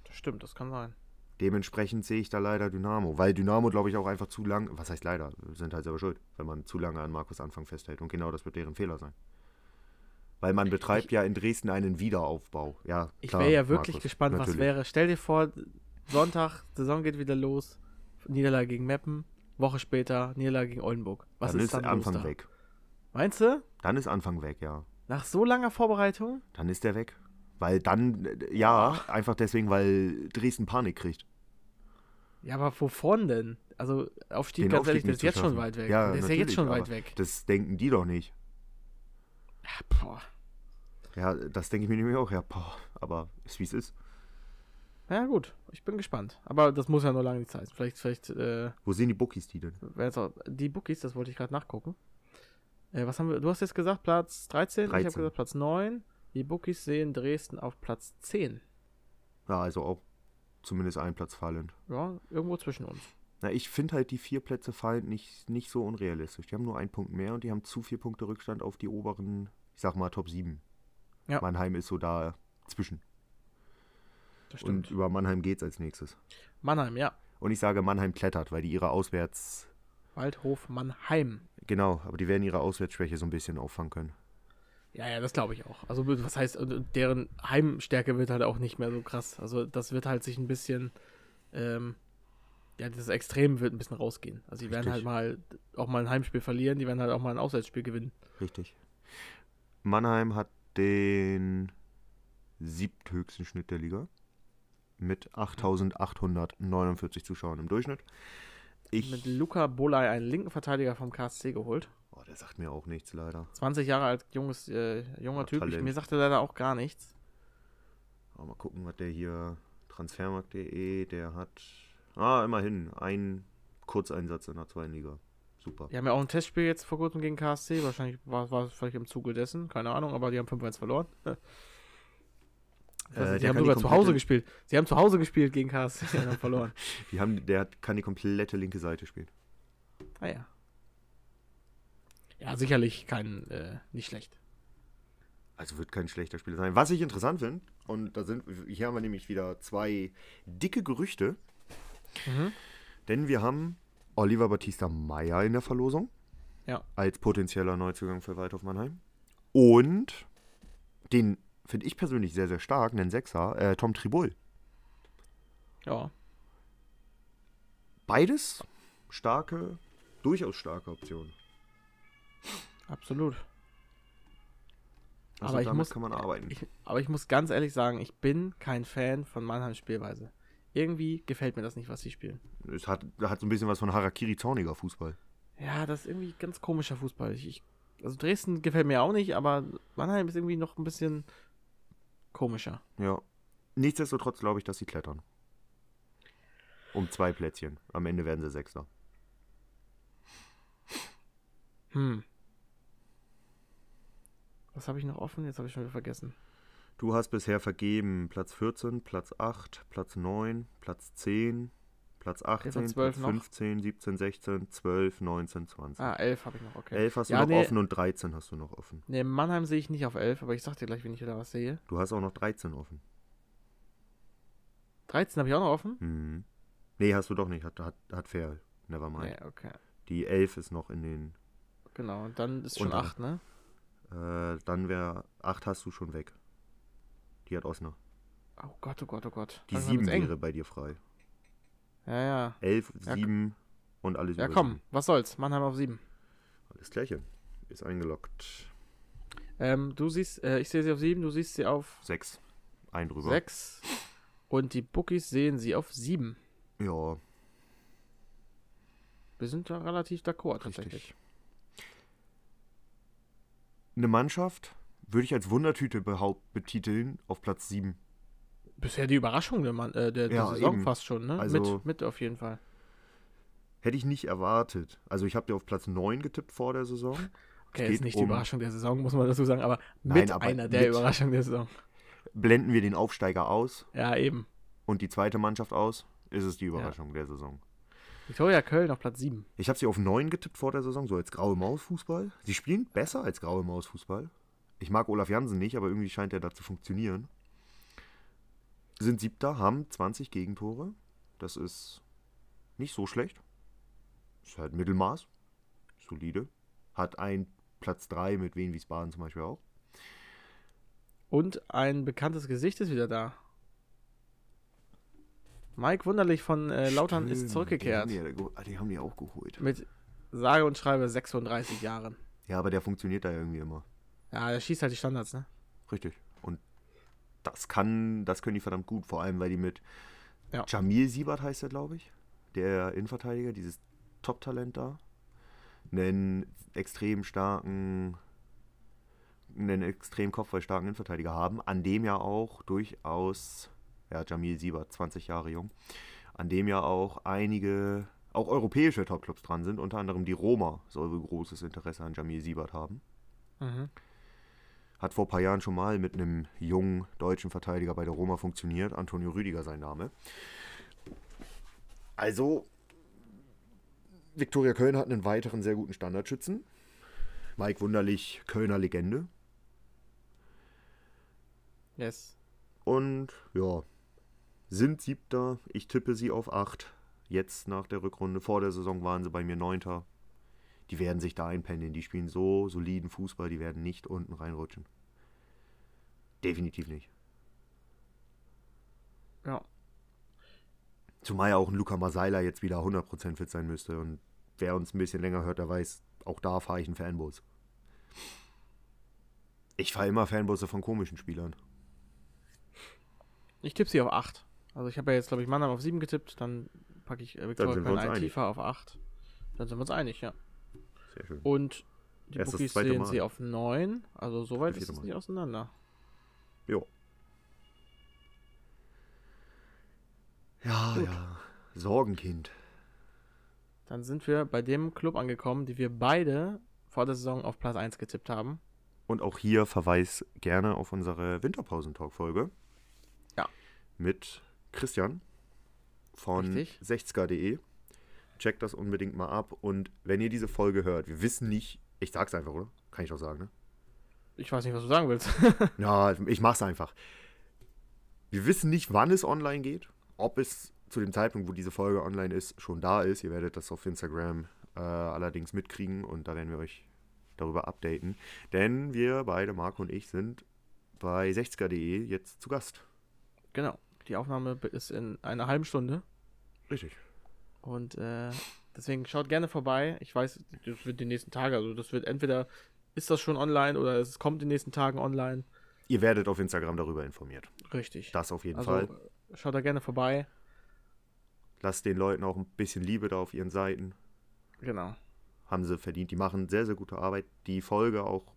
Das stimmt, das kann sein.
Dementsprechend sehe ich da leider Dynamo, weil Dynamo, glaube ich, auch einfach zu lang, was heißt leider, sind halt selber schuld, wenn man zu lange an Markus Anfang festhält. Und genau das wird deren Fehler sein. Weil man betreibt ja in Dresden einen Wiederaufbau. Ja,
Ich
klar,
wäre ja wirklich
Markus,
gespannt, was
natürlich.
wäre. Stell dir vor, Sonntag, Saison geht wieder los. Niederlage gegen Meppen. Woche später, Niederlage gegen Oldenburg. Was
Dann
ist,
ist
dann los
Anfang
da?
weg.
Meinst du?
Dann ist Anfang weg, ja.
Nach so langer Vorbereitung?
Dann ist der weg. Weil dann, äh, ja, einfach deswegen, weil Dresden Panik kriegt.
Ja, aber wovon denn? Also, Aufstieg,
Den
ganz
Aufstieg
ehrlich, der
nicht
ist
zu
jetzt schon
schaffen.
weit weg.
Ja,
der ist ja jetzt
natürlich,
schon weit
aber
weg.
Das denken die doch nicht.
Ja, boah.
Ja, das denke ich mir nämlich auch. Ja, boah, aber ist wie es ist.
Ja, gut. Ich bin gespannt. Aber das muss ja noch lange nicht sein. Vielleicht, vielleicht, äh,
Wo sehen die Bookies die denn?
wären es auch Also, die Bookies, das wollte ich gerade nachgucken. Äh, was haben wir? Du hast jetzt gesagt Platz 13, ich
13.
habe gesagt Platz 9. Die Bookies sehen Dresden auf Platz 10.
Ja, also auch zumindest ein Platz fallend.
Ja, irgendwo zwischen uns.
Na, ich finde halt die vier Plätze fallend nicht, nicht so unrealistisch. Die haben nur einen Punkt mehr und die haben zu vier Punkte Rückstand auf die oberen, ich sag mal, Top 7.
Ja.
Mannheim ist so da zwischen.
Das
Und
stimmt.
über Mannheim geht's als nächstes.
Mannheim, ja.
Und ich sage, Mannheim klettert, weil die ihre Auswärts.
Waldhof Mannheim.
Genau, aber die werden ihre Auswärtsschwäche so ein bisschen auffangen können.
Ja, ja, das glaube ich auch. Also, was heißt, und- und deren Heimstärke wird halt auch nicht mehr so krass. Also, das wird halt sich ein bisschen ähm, ja, dieses Extrem wird ein bisschen rausgehen. Also die werden halt
Richtig.
mal auch mal ein Heimspiel verlieren, die werden halt auch mal ein Auswärtsspiel gewinnen.
Richtig. Mannheim hat den siebthöchsten Schnitt der Liga mit 8.849 Zuschauern im Durchschnitt.
Mit
Ich,
Luca Bolai, einen linken Verteidiger vom KSC geholt.
oh, der sagt mir auch nichts leider.
20 Jahre alt, junges, äh, junger
Ja,
Typ. Ich,
Talent.
mir sagte leider auch gar nichts.
Aber mal gucken, was der hier Transfermarkt.de, der hat, ah immerhin einen Kurzeinsatz in der zweiten Liga. Super. Äh,
Die haben ja auch ein Testspiel jetzt vor kurzem gegen KSC. Wahrscheinlich war, war es vielleicht im Zuge dessen, keine Ahnung, aber die haben 5-1 verloren.
Äh,
Also, die
der
haben
kann die
sogar zu Hause
komplette-
gespielt. Sie haben zu Hause gespielt gegen KSC und haben verloren.
Die haben, der hat- kann die komplette linke Seite spielen.
Ah ja. Ja, sicherlich kein, äh, nicht schlecht.
Also wird kein schlechter Spieler sein. Was ich interessant finde, und da sind, hier haben wir nämlich wieder zwei dicke Gerüchte,
Mhm.
denn wir haben Oliver Batista Meyer in der Verlosung.
Ja.
Als potenzieller Neuzugang für Waldhof Mannheim. Und den finde ich persönlich sehr, sehr stark, einen Sechser, äh, Tom Tribul.
Ja.
Beides starke, durchaus starke Optionen.
Absolut.
Also
Aber ich
damit
muss-
kann man arbeiten.
Ich, aber ich muss ganz ehrlich sagen, ich bin kein Fan von Mannheims Spielweise. Irgendwie gefällt mir das nicht, was sie spielen.
es hat, hat so ein bisschen was von Harakiri Zorniger Fußball.
Ja, das ist irgendwie ganz komischer Fußball. Ich, ich, also Dresden gefällt mir auch nicht, aber Mannheim ist irgendwie noch ein bisschen komischer.
Ja. Nichtsdestotrotz glaube ich, dass sie klettern. Um zwei Plätzchen. Am Ende werden sie Sechster.
Hm. Was habe ich noch offen? Jetzt habe ich schon wieder vergessen.
Du hast bisher vergeben Platz 14, Platz 8, Platz 9, Platz 10, Platz 18,
12
Platz
noch.
15, 17, 16, 12, 19, 20.
Ah, elf habe ich noch, okay.
11 hast
Ja,
du noch
nee.
offen und 13 hast du noch offen.
Ne, Mannheim sehe ich nicht auf elf, aber ich sag dir gleich, wenn ich wieder was sehe.
Du hast auch noch 13 offen.
13 habe ich auch noch offen?
Mhm. Nee, hast du doch nicht. Hat, hat, hat fair. Nevermind.
Nee, okay.
Die 11 ist noch in den.
Genau, und dann ist schon
Untere.
acht, ne?
Äh, dann wäre. 8 hast du schon weg. Die hat Osner.
Oh Gott, oh Gott, oh Gott.
Die
Langsam
7
wird's eng.
wäre bei dir frei.
Ja, ja.
11,
Ja,
7 und alles
Ja,
über
komm,
sieben.
was soll's? Mannheim auf sieben.
Alles gleiche. Ist eingeloggt.
Ähm, du siehst, äh, ich sehe sie auf sieben, du siehst sie auf
6. Ein drüber.
sechs. Und die Bookies sehen sie auf sieben.
Ja,
Wir sind da relativ d'accord tatsächlich.
richtig. Eine Mannschaft würde ich als Wundertüte behaupt betiteln auf Platz 7.
Bisher die Überraschung der, Mann, äh, der, der
Ja,
Saison
eben.
fast schon, ne?
Also-
mit, mit auf jeden Fall.
Hätte ich nicht erwartet. Also ich habe dir auf Platz 9 getippt vor der Saison.
Okay,
geht
ist nicht die
um-
Überraschung der Saison, muss man dazu sagen, aber
Nein,
mit
aber
einer der
mit.
Überraschung der Saison.
Blenden wir den Aufsteiger aus
Ja, eben.
und die zweite Mannschaft aus, ist es die Überraschung der Saison.
Victoria Köln auf Platz sieben.
Ich habe sie auf 9 getippt vor der Saison, so als graue Maus-Fußball. Sie spielen besser als graue Maus-Fußball. Ich mag Olaf Jansen nicht, aber irgendwie scheint er da zu funktionieren. Sind siebter, haben 20 Gegentore. Das ist nicht so schlecht. Ist halt Mittelmaß. Solide. Hat ein Platz 3 mit Wien Wiesbaden zum Beispiel auch.
Und ein bekanntes Gesicht ist wieder da. Mike Wunderlich von äh, Lautern ist
Stimmt,
zurückgekehrt.
Den haben, die, ja- ah, den haben die auch geholt.
Mit sage und schreibe 36 Jahren.
Ja, aber der funktioniert da irgendwie immer.
Ja, der schießt halt die Standards, ne?
Richtig. Und das kann, das können die verdammt gut, vor allem weil die mit
Ja.
Jamil Siebert heißt er, glaube ich, der Innenverteidiger, dieses Top-Talent da, einen extrem starken, einen extrem kopfballstarken Innenverteidiger haben, an dem ja auch durchaus, ja, Jamil Siebert, 20 Jahre jung, an dem ja auch einige, auch europäische Top-Clubs dran sind, unter anderem die Roma soll wohl großes Interesse an Jamil Siebert haben.
Mhm.
Hat vor ein paar Jahren schon mal mit einem jungen deutschen Verteidiger bei der Roma funktioniert. Antonio Rüdiger sein Name. Also, Viktoria Köln hat einen weiteren sehr guten Standardschützen. Mike Wunderlich, Kölner Legende.
Yes.
Und ja, sind siebter. Ich tippe sie auf acht. Jetzt nach der Rückrunde, vor der Saison waren sie bei mir neunter. Die werden sich da einpendeln. Die spielen so soliden Fußball, die werden nicht unten reinrutschen. Definitiv nicht.
Ja.
Zumal ja auch ein Luca Masaila jetzt wieder 100% fit sein müsste. Und wer uns ein bisschen länger hört, der weiß, auch da fahre ich einen Fanbus. Ich fahre immer Fanbusse von komischen Spielern.
Ich tippe sie auf 8. Also ich habe ja jetzt, glaube ich, Mannheim auf 7 getippt, dann packe ich äh, Victoria
sind wir uns
Köln ein
einig.
tiefer auf 8. Dann sind wir uns einig, ja.
Sehr schön.
Und die
Erst das
Bookies
zweite
sehen
Mal.
sie auf 9. Also soweit
Das
ist
vierte
es
Mal.
nicht auseinander.
Jo. Ja,
Gut.
ja. Sorgenkind.
Dann sind wir bei dem Club angekommen, die wir beide vor der Saison auf Platz 1 getippt haben.
Und auch hier Verweis gerne auf unsere Winterpausentalk-Folge.
Ja.
Mit Christian von
Richtig.
60er.de. Checkt das unbedingt mal ab. Und wenn ihr diese Folge hört, wir wissen nicht, ich sag's einfach, oder? Kann ich doch sagen, ne?
Ich weiß nicht, was du sagen willst.
Ja, ich mach's einfach. Wir wissen nicht, wann es online geht, ob es zu dem Zeitpunkt, wo diese Folge online ist, schon da ist. Ihr werdet das auf Instagram äh, allerdings mitkriegen und da werden wir euch darüber updaten. Denn wir beide, Marco und ich, sind bei 60er.de jetzt zu Gast.
genau. Die Aufnahme ist in einer halben Stunde.
Richtig.
Und äh, deswegen schaut gerne vorbei. Ich weiß, das wird die nächsten Tage, also das wird entweder ist das schon online oder es kommt in den nächsten Tagen online.
Ihr werdet auf Instagram darüber informiert.
Richtig.
Das auf jeden
also
Fall.
äh, schaut da gerne vorbei.
Lasst den Leuten auch ein bisschen Liebe da auf ihren Seiten.
Genau.
haben sie verdient. Die machen sehr, sehr gute Arbeit. Die Folge auch,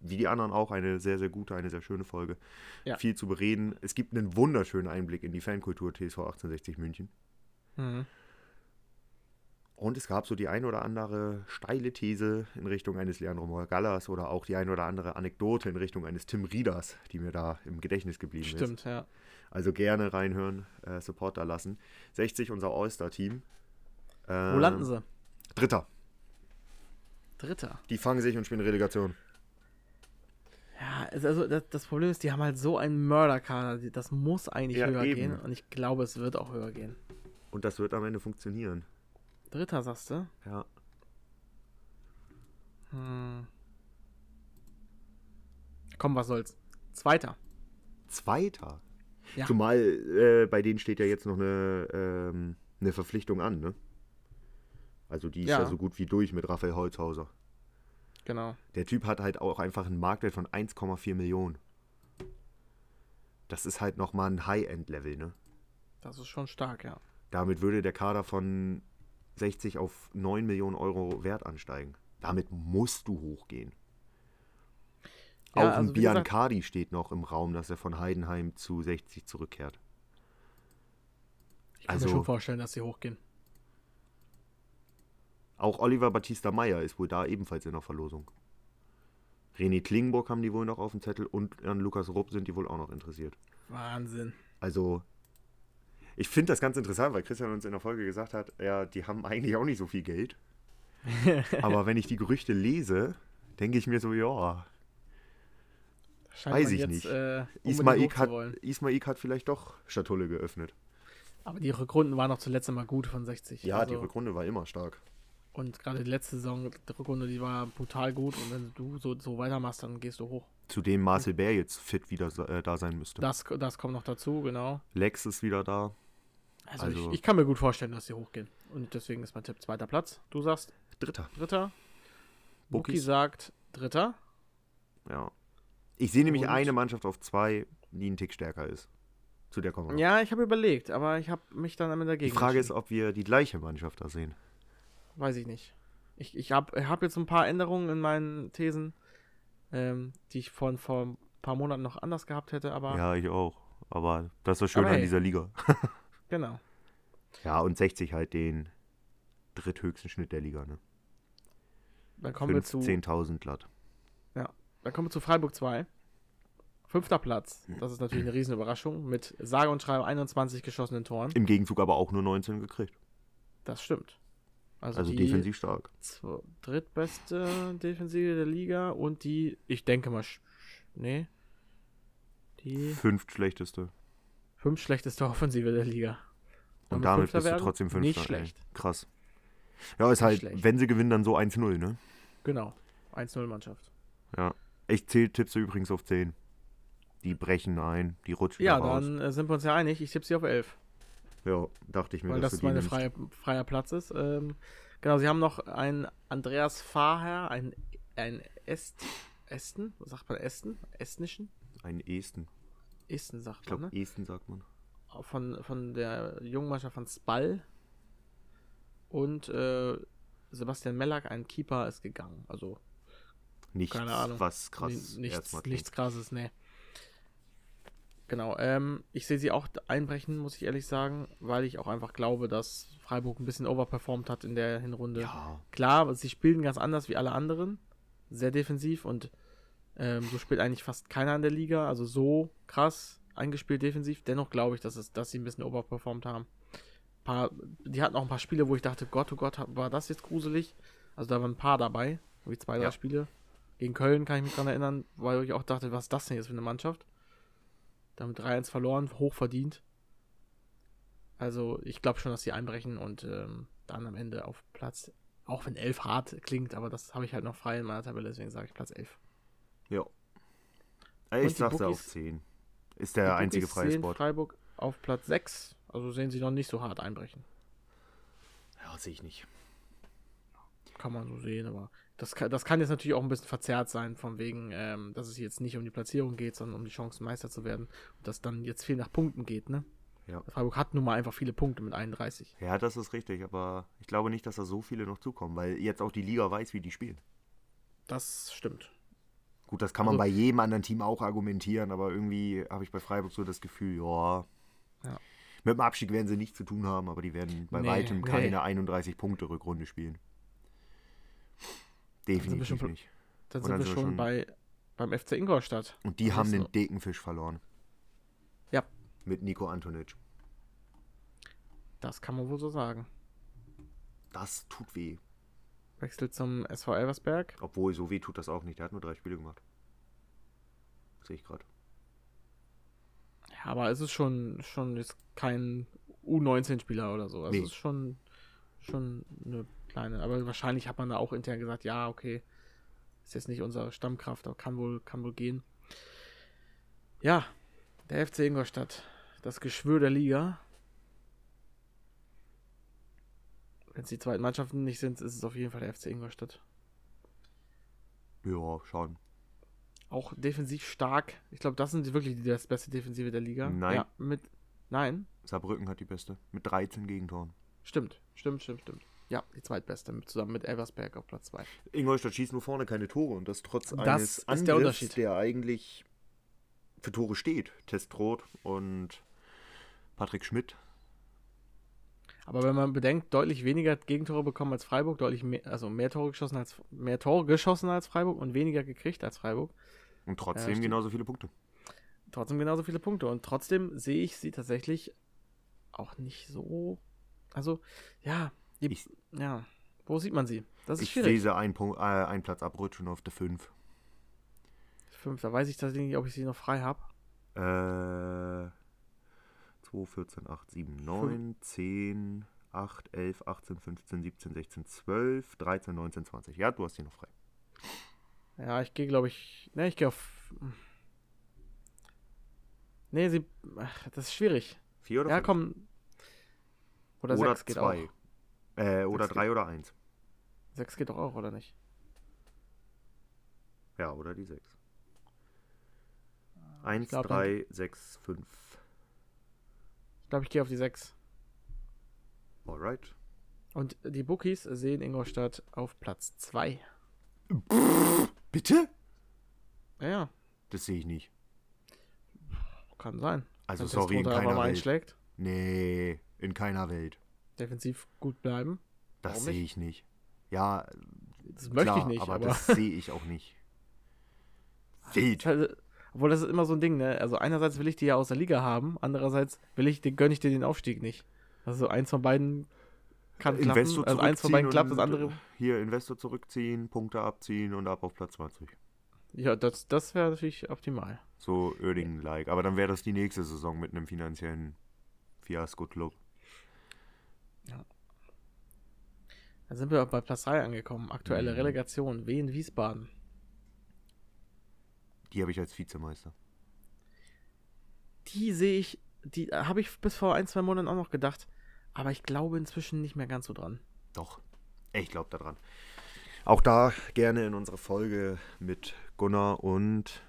wie die anderen auch, eine sehr, sehr gute, eine sehr schöne Folge.
Ja.
Viel zu bereden. Es gibt einen wunderschönen Einblick in die Fankultur TSV 1860 München.
Mhm.
Und es gab so die ein oder andere steile These in Richtung eines Leandro Morgallas oder auch die ein oder andere Anekdote in Richtung eines Tim Rieders, die mir da im Gedächtnis geblieben ist.
Stimmt, ja.
Also gerne reinhören, äh, Support da lassen. 60, unser All-Star-Team. Ähm.
Wo landen sie?
Dritter.
Dritter.
Die fangen sich und spielen Relegation.
Ja, es- also das, das Problem ist, die haben halt so einen Mörderkader. die- Das muss eigentlich
Ja,
höher
eben.
gehen. Und ich glaube, es wird auch höher gehen.
Und das wird am Ende funktionieren.
Dritter, sagst du?
Ja.
Hm. Komm, was soll's. Zweiter.
Zweiter.
Ja.
Zumal äh, bei denen steht ja jetzt noch eine, ähm, eine Verpflichtung an, ne? Also die ist ja.
Ja.
so gut wie durch mit Raphael Holzhauser.
Genau.
Der Typ hat halt auch einfach einen Marktwert von 1,4 Millionen. Das ist halt nochmal ein High-End-Level, ne?
Das ist schon stark, ja.
Damit würde der Kader von 60 auf 9 Millionen Euro Wert ansteigen. Damit musst du hochgehen.
Ja,
auch
also
ein
wie gesagt-
Biancardi steht noch im Raum, dass er von Heidenheim zu 60 zurückkehrt.
Ich kann mir
Also-
schon vorstellen, dass sie hochgehen.
Auch Oliver Batista Meyer ist wohl da ebenfalls in der Verlosung. René Klingenburg haben die wohl noch auf dem Zettel und an Lukas Rupp sind die wohl auch noch interessiert.
Wahnsinn.
Also, ich finde das ganz interessant, weil Christian uns in der Folge gesagt hat, ja, die haben eigentlich auch nicht so viel Geld. Aber wenn ich die Gerüchte lese, denke ich mir so, ja,
Scheint
Weiß
man
ich
jetzt,
nicht.
Äh,
Ismaik
hat...
hat,
wollen.
Ismaik hat vielleicht doch Schatulle geöffnet.
Aber die Rückrunden waren auch zuletzt immer gut von 60.
Ja, die
Also-
Rückrunde war immer stark.
Und gerade die letzte Saison, die Rückrunde, die war brutal gut. Und wenn du so, so weitermachst, dann gehst du hoch.
Zudem Marcel Bär jetzt fit wieder äh, da sein müsste.
Das, das kommt noch dazu, genau.
Lex ist wieder da.
Also,
Also-
ich, ich kann mir gut vorstellen, dass sie hochgehen. Und deswegen ist mein Tipp zweiter Platz. Du sagst
Dritter.
dritter. Buki
Bookies.
sagt dritter.
Ja. Ich sehe nämlich
Und-
eine Mannschaft auf zwei, die einen Tick stärker ist. Zu der kommen wir. noch.
Ja, ich habe überlegt, aber ich habe mich dann am Ende
die
dagegen.
Frage ist,
entschieden.
ob wir die gleiche Mannschaft da sehen.
Weiß ich nicht. Ich, ich habe hab jetzt ein paar Änderungen in meinen Thesen, ähm, die ich von vor ein paar Monaten noch anders gehabt hätte, aber
Ja, ich auch. Aber das ist schön
Aber
an
hey.
dieser Liga.
genau.
Ja, und 60 halt den dritthöchsten Schnitt der Liga. Ne?
Dann kommen wir zu
10.000 glatt.
Dann kommen wir zu Freiburg 2. Fünfter Platz. Das ist natürlich eine Riesenüberraschung. Mit sage und schreibe 21 geschossenen Toren.
Im Gegenzug aber auch nur 19 gekriegt.
Das stimmt. Also,
Also
die
defensiv stark.
zw- drittbeste Defensive der Liga und die, ich denke mal, sch- sch- nee, die
Fünftschlechteste.
fünf schlechteste Offensive der Liga. Wollen wir
Und, damit
Fünfter
bist du
werden?
trotzdem Fünfter.
Nicht
ey.
schlecht.
Krass. Ja, ist halt,
schlecht.
wenn sie gewinnen, dann so 1-0, ne?
Genau. 1-0 Mannschaft.
Ich zähle Tipps übrigens auf 10. Die brechen ein, die rutschen
Ja,
da raus.
dann äh, sind wir uns ja einig. Ich tippe sie auf 11.
Ja, dachte ich mir,
weil das
du die
mein
nimmst.
freie, freier Platz ist. Ähm, genau, sie haben noch einen Andreas Fahrherr, einen, einen Est, Esten, was sagt man Esten? Estnischen?
Ein Esten.
Esten sagt
Ich glaube,
man, ne?
Esten sagt man.
Von, von der jungen Mannschaft von Spall. Und äh, Sebastian Mellack, ein Keeper, ist gegangen. Also
Nichts,
Keine Ahnung.
was krass
N- nichts,
erstmal
nichts krasses, ne. Genau, ähm, ich sehe sie auch d- einbrechen, muss ich ehrlich sagen, weil ich auch einfach glaube, dass Freiburg ein bisschen overperformed hat in der
klingt.
Hinrunde.
Ja,
Klar, sie spielen ganz anders wie alle anderen, sehr defensiv und ähm, so spielt eigentlich fast keiner in der Liga, also so krass eingespielt defensiv. Dennoch glaube ich, dass, es, dass sie ein bisschen overperformed haben. Paar, die hatten auch ein paar Spiele, wo ich dachte, Gott, oh Gott, war das jetzt gruselig? Also da waren ein paar dabei, wie zwei, drei
Ja.
Spiele. Gegen Köln kann ich mich dran erinnern, weil ich auch dachte, was ist das denn jetzt für eine Mannschaft? Damit 3-1 verloren, hoch verdient. Also ich glaube schon, dass sie einbrechen und ähm, dann am Ende auf Platz, auch wenn 11 hart klingt, aber das habe ich halt noch frei in meiner Tabelle, deswegen sage ich Platz 11.
ja.
Und
Ey, ich
die
sag's ja auf
Bookies-
10. Ist
Die
der einzige
Bookies
freie
sehen
Spot.
Freiburg auf Platz 6, also sehen sie noch nicht so hart einbrechen.
Ja, sehe ich nicht.
Kann man so sehen, aber das kann, das kann jetzt natürlich auch ein bisschen verzerrt sein, von wegen, ähm, dass es jetzt nicht um die Platzierung geht, sondern um die Chance, Meister zu werden. Und dass dann jetzt viel nach Punkten geht, ne?
Ja.
Freiburg hat nun mal einfach viele Punkte mit 31.
Ja, das ist richtig, aber ich glaube nicht, dass da so viele noch zukommen, weil jetzt auch die Liga weiß, wie die spielen.
Das stimmt.
Gut, das kann man
Also-
bei jedem anderen Team auch argumentieren, aber irgendwie habe ich bei Freiburg so das Gefühl, ja,
Ja.
mit dem Abstieg werden sie nichts zu tun haben, aber die werden bei
Nee,
weitem
nee.
keine 31-Punkte-Rückrunde spielen.
sind wir schon
Definitiv
bei-
nicht.
Dann
Und
sind wir schon, bei, beim FC Ingolstadt.
Und die
Das
haben
ist
den
so.
dicken Fisch verloren.
Ja.
Mit Nico Antonic.
Das kann man wohl so sagen.
Das tut weh.
Wechsel zum SV Elversberg.
Obwohl, so weh tut das auch nicht. Der hat nur drei Spiele gemacht. Sehe ich gerade.
Ja, aber es ist schon, schon jetzt kein U19-Spieler oder so. Also
Nee.
es ist schon, schon eine kleine. Aber wahrscheinlich hat man da auch intern gesagt, ja, okay, ist jetzt nicht unsere Stammkraft, aber kann wohl, kann wohl gehen. Ja, der FC Ingolstadt, das Geschwür der Liga. Wenn es die zweiten Mannschaften nicht sind, ist es auf jeden Fall der FC Ingolstadt.
Ja, schauen.
Auch defensiv stark. Ich glaube, das sind wirklich die das beste Defensive der Liga.
Nein.
Ja, mit, nein.
Saarbrücken hat die beste. Mit 13 Gegentoren.
Stimmt, stimmt, stimmt, stimmt. Ja, die zweitbeste, mit- zusammen mit Elversberg auf Platz 2.
Ingolstadt schießt nur vorne keine Tore und das trotz
Das
eines
ist der
Angriffs,
Unterschied.
der eigentlich für Tore steht. Testroth und Patrick Schmidt.
Aber wenn man bedenkt, deutlich weniger Gegentore bekommen als Freiburg, deutlich mehr, also mehr Tore geschossen als mehr Tore geschossen als Freiburg und weniger gekriegt als Freiburg,
Und
Ja,
trotzdem
stimmt.
genauso viele Punkte.
trotzdem genauso viele Punkte. Und trotzdem sehe ich sie tatsächlich auch nicht so. Also, ja, die,
Ich-
ja. Wo sieht man sie? Das ist
Ich sehe
schwierig.
sie einen, Punkt, äh, einen Platz abrutschen auf der 5.
Fünf, da weiß ich tatsächlich nicht, ob ich sie noch frei habe.
Äh, 2, 14, 8, 7, 9, 10, 8, 11, 18, 15, 17, 16, 12, 13, 19, 20. Ja, du hast die noch frei.
Ja, ich gehe, glaube ich. Ne, ich gehe auf. Nee, sie. Ach, das ist schwierig.
Vier oder
Ja,
fünf?
komm. Oder,
oder
sechs geht
zwei.
auch.
Äh, oder
Sechs
drei oder eins.
Sechs geht doch auch, oder nicht?
Ja, oder die sechs. Eins,
Ah, glaub,
drei, sechs, fünf.
Ich glaube, ich gehe auf die sechs.
Alright.
Und die Bookies sehen Ingolstadt auf Platz zwei.
Bitte?
Ja, ja,
Das sehe ich nicht.
kann sein.
Also,
Wenn
sorry, in
Testrother aber
keiner
mal
Welt.
einschlägt,
Nee, in keiner Welt.
defensiv gut bleiben.
Das
Warum
sehe ich nicht. Ja,
Das möchte ich
klar,
nicht,
aber,
aber.
das sehe ich auch nicht. Wild.
Teil- Also, obwohl, das ist immer so ein Ding, ne? Also, einerseits will ich die ja aus der Liga haben, andererseits will ich, den, gönne ich dir den Aufstieg nicht. Also, eins von beiden kann klappen.
Investor
also, eins von beiden klappt, das
Äh, zurückziehen
andere.
und äh, Hier Investor zurückziehen, Punkte abziehen und ab auf Platz 20.
Ja, das, das wäre natürlich optimal.
So Oerdingen-like. Aber dann wäre das die nächste Saison mit einem finanziellen Fiasko-Club.
Dann sind wir bei Platz 3 angekommen. Aktuelle
Mhm.
Relegation, Wien, Wiesbaden.
Die habe ich als Vizemeister.
Die sehe ich die äh, habe ich bis vor ein, zwei Monaten auch noch gedacht. Aber ich glaube inzwischen nicht mehr ganz so dran.
Doch. Ich glaube daran. Auch da gerne in unsere Folge mit Gunnar und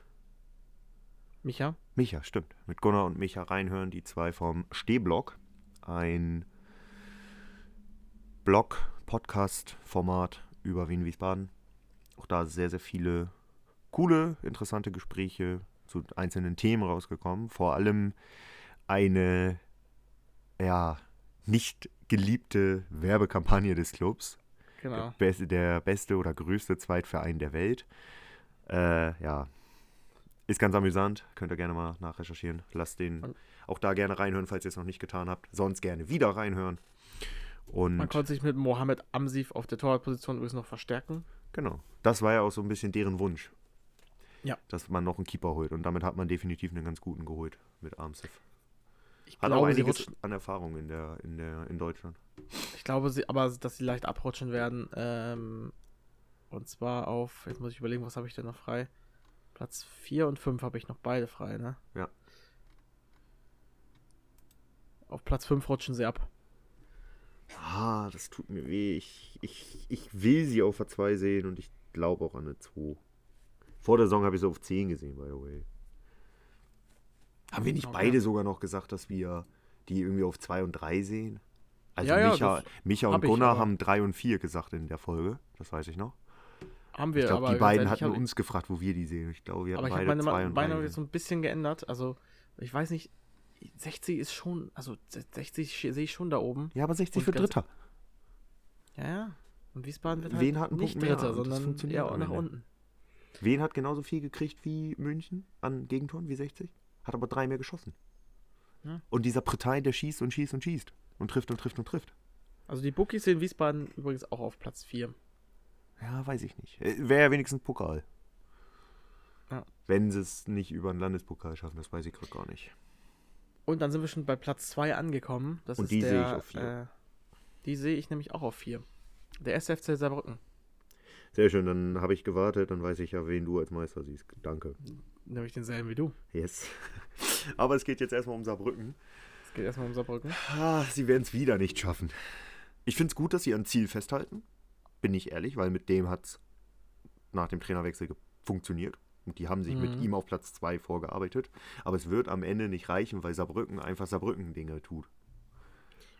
Micha?
Micha, stimmt. Mit Gunnar und Micha reinhören, die zwei vom Stehblock. Ein Blog, Podcast, Format über Wien Wiesbaden. Auch da sehr, sehr viele coole, interessante Gespräche zu einzelnen Themen rausgekommen. Vor allem eine, ja, nicht geliebte Werbekampagne des Clubs.
Genau.
Der, beste, der beste oder größte Zweitverein der Welt. Äh, ja. Ist ganz amüsant. Könnt ihr gerne mal nachrecherchieren. Lasst den
Und-
auch da gerne reinhören, falls ihr es noch nicht getan habt. Sonst gerne wieder reinhören.
Man
Und
konnte sich mit Mohamed Amsif auf der Torwartposition übrigens noch verstärken.
genau. Das war ja auch so ein bisschen deren Wunsch.
Ja.
Dass man noch einen Keeper holt. Und damit hat man definitiv einen ganz guten geholt mit Armsif.
Ich
Hat auch
glaube, sie
einiges
rutschen,
an Erfahrung in, der, in, der, in Deutschland.
ich glaube sie, aber, dass sie leicht abrutschen werden. Ähm, und zwar auf, jetzt muss ich überlegen, was habe ich denn noch frei? Platz 4 und 5 habe ich noch beide frei, ne?
Ja.
Auf Platz 5 rutschen sie ab.
Ah, das tut mir weh. Ich, ich, ich will sie auf der 2 sehen und ich glaube auch an eine 2. Vor der Saison habe ich sie auf 10 gesehen, by the way. Haben wir nicht
Okay.
beide sogar noch gesagt, dass wir die irgendwie auf 2 und 3 sehen? Also
Ja, ja,
Micha,
das
Micha und
hab ich,
Gunnar
aber-
haben 3 und 4 gesagt in der Folge. Das weiß ich noch.
Haben wir,
Ich glaube,
aber
die
ganz
beiden
ehrlich,
hatten
hab-
uns gefragt, wo wir die sehen. Ich glaube, wir hatten
Aber ich habe
beide
meine
2 und 3
Meinung jetzt so
gesehen.
ein bisschen geändert. Also, ich weiß nicht, 60 ist schon, also 60 sehe ich schon da oben.
Ja, aber 60
und
wird
ganz-
Dritter.
Ja, ja. Und Wiesbaden wird halt
Wen hat einen
nicht
Punkt mehr?
Dritter,
Und das
sondern
funktioniert
eher
am
nach
Ende.
unten.
Wen hat genauso viel gekriegt wie München an Gegentoren, wie 60? Hat aber drei mehr geschossen.
Ja.
Und dieser Partei, der schießt und schießt und schießt. Und trifft und trifft und trifft.
Also die Bookies sehen Wiesbaden übrigens auch auf Platz 4.
Ja, weiß ich nicht. Äh, Wäre ja wenigstens Pokal.
Ja.
Wenn sie es nicht über einen Landespokal schaffen, das weiß ich gerade gar nicht.
Und dann sind wir schon bei Platz 2 angekommen. Das
Und
ist
die
der,
sehe ich auf
Äh,
vier.
die sehe ich nämlich auch auf 4. Der SFC Saarbrücken.
Sehr schön, dann habe ich gewartet, dann weiß ich ja, wen du als Meister siehst. Danke.
Nämlich denselben wie du.
Yes. aber es geht jetzt erstmal um Saarbrücken.
Es geht erstmal um Saarbrücken.
Ah, sie werden es wieder nicht schaffen. Ich finde es gut, dass sie an Ziel festhalten. Bin ich ehrlich, weil mit dem hat es nach dem Trainerwechsel ge- funktioniert. Und die haben sich mit
Mhm.
ihm auf Platz 2 vorgearbeitet. Aber es wird am Ende nicht reichen, weil Saarbrücken einfach Saarbrücken-Dinge tut.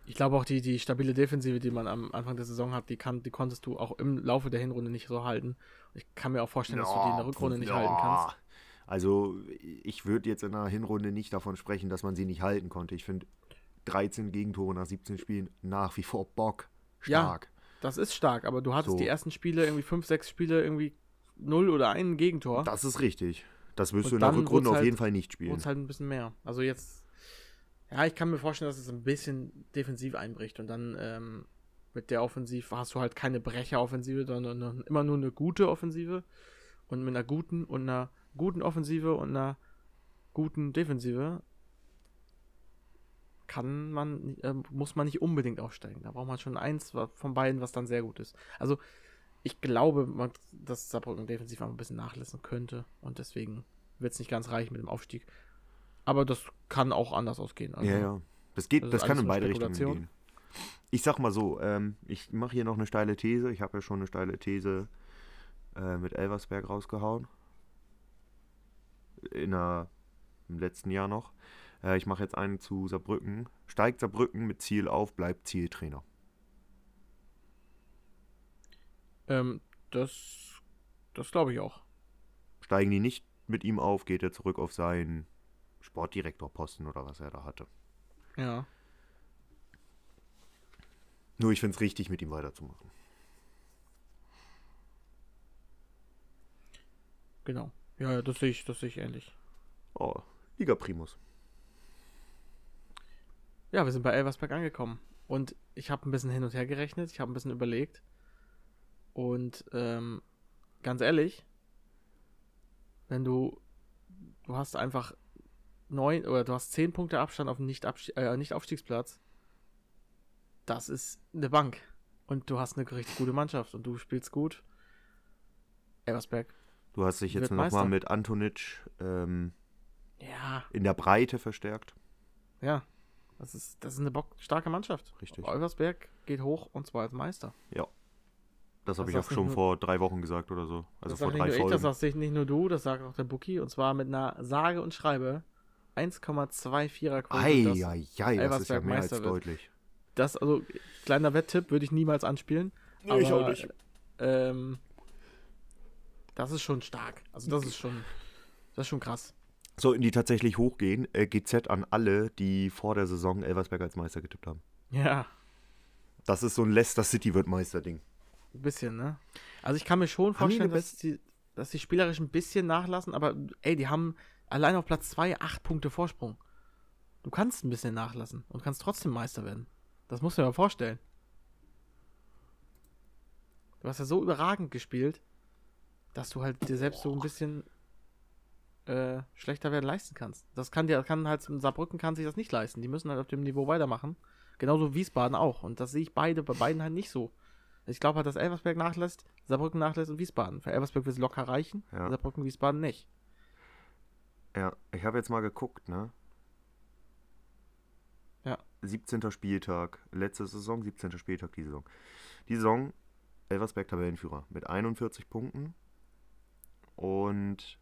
Ich glaube auch, die, die stabile Defensive, die man am Anfang der Saison hat, die, kann, die konntest du auch im Laufe der Hinrunde nicht so halten. Ich kann mir auch vorstellen, dass du die in der Rückrunde nicht
Ja.
halten kannst.
Also, ich würde jetzt in der Hinrunde nicht davon sprechen, dass man sie nicht halten konnte. Ich finde 13 Gegentore nach 17 Spielen nach wie vor Bock
Ja.
stark.
Das ist stark, aber du hattest
So.
die ersten Spiele, irgendwie fünf, sechs Spiele, irgendwie null oder ein Gegentor.
Das ist richtig. Das wirst
Und
du in der
dann
Rückrunde
wurd's
auf
halt-
jeden Fall nicht
Wurde
spielen.
es halt ein bisschen mehr. Also jetzt, ja, ich kann mir vorstellen, dass es ein bisschen defensiv einbricht und dann ähm, mit der Offensiv hast du halt keine Brecheroffensive, sondern nur- immer nur eine gute Offensive und mit einer guten und einer guten Offensive und einer guten Defensive kann man, äh, muss man nicht unbedingt aufsteigen. Da braucht man schon eins wa- von beiden, was dann sehr gut ist. Also ich glaube, man, dass Saarbrücken defensiv einfach ein bisschen nachlassen könnte und deswegen wird es nicht ganz reichen mit dem Aufstieg. Aber das kann auch anders ausgehen. Also,
Ja, ja. Das geht,
Das ist
das kann
alles
in
nur
beide Richtungen
Spekulation.
gehen. Ich sag mal so, ähm, ich mache hier noch eine steile These. Ich habe ja schon eine steile These äh, mit Elversberg rausgehauen. In der, Im letzten Jahr noch. Äh, ich mache jetzt einen zu Saarbrücken. Steigt Saarbrücken mit Ziel auf, bleibt Zieltrainer.
Ähm, das das glaube ich auch.
Steigen die nicht mit ihm auf, geht er zurück auf seinen Sportdirektorposten oder was er da hatte.
Ja.
Nur ich finde es richtig, mit ihm weiterzumachen.
Genau. Ja, ja, das sehe ich, das sehe ich ähnlich.
Oh, Liga Primus.
Ja, wir sind bei Elversberg angekommen. Und ich habe ein bisschen hin und her gerechnet, ich habe ein bisschen überlegt. Und ähm, ganz ehrlich, wenn du, du hast einfach neun oder du hast zehn Punkte Abstand auf den Nicht-Abst- äh, Nicht-Aufstiegsplatz, das ist eine Bank. Und du hast eine richtig gute Mannschaft und du spielst gut. Elversberg.
Du hast dich
Wird
jetzt nochmal
Meister.
mit Antonic ähm,
Ja,
in der Breite verstärkt.
Ja. Das ist, das ist eine bock starke Mannschaft.
Richtig.
Olversberg geht hoch und zwar als Meister.
Das habe
Das
ich auch
sagst nicht
schon
nur-
vor drei Wochen gesagt oder so. Also
das sag
vor
nicht nur
drei
ich, das
Folgen.
sagst nicht, nicht nur du, das sagt auch der Bookie. Und zwar mit einer sage und schreibe 1,24er
Ei,
Quote. Das,
ei, ei, das ist ja
Elversberg
mehr als
Meister wird.
deutlich.
das, also, kleiner Wetttipp, würde ich niemals anspielen.
Nee, ich
aber,
auch nicht.
Ähm, das ist schon stark. Also, das ist schon, das ist schon krass.
Sollten die tatsächlich hochgehen, äh, GZ an alle, die vor der Saison Elversberg als Meister getippt haben.
Ja,
Das ist so ein Leicester City wird Meister-Ding.
ein bisschen, ne? Also, ich kann mir schon
Haben die
vorstellen,
eine
dass die, dass die spielerisch ein bisschen nachlassen, aber ey, die haben allein auf Platz 2 acht Punkte Vorsprung. Du kannst ein bisschen nachlassen und kannst trotzdem Meister werden. Das musst du dir mal vorstellen. Du hast ja so überragend gespielt, dass du halt dir selbst so ein bisschen äh, schlechter werden leisten kannst. Das kann dir, kann halt Saarbrücken kann sich das nicht leisten. Die müssen halt auf dem Niveau weitermachen. Genauso Wiesbaden auch. Und das sehe ich beide bei beiden halt nicht so. Ich glaube halt, dass Elversberg nachlässt, Saarbrücken nachlässt und Wiesbaden. Für Elversberg wird es locker reichen,
Ja.
Saarbrücken, Wiesbaden nicht.
Ja, ich habe jetzt mal geguckt, ne?
Ja.
17. Spieltag, letzte Saison, 17. Spieltag die Saison. Die Saison, Elversberg Tabellenführer mit 41 Punkten und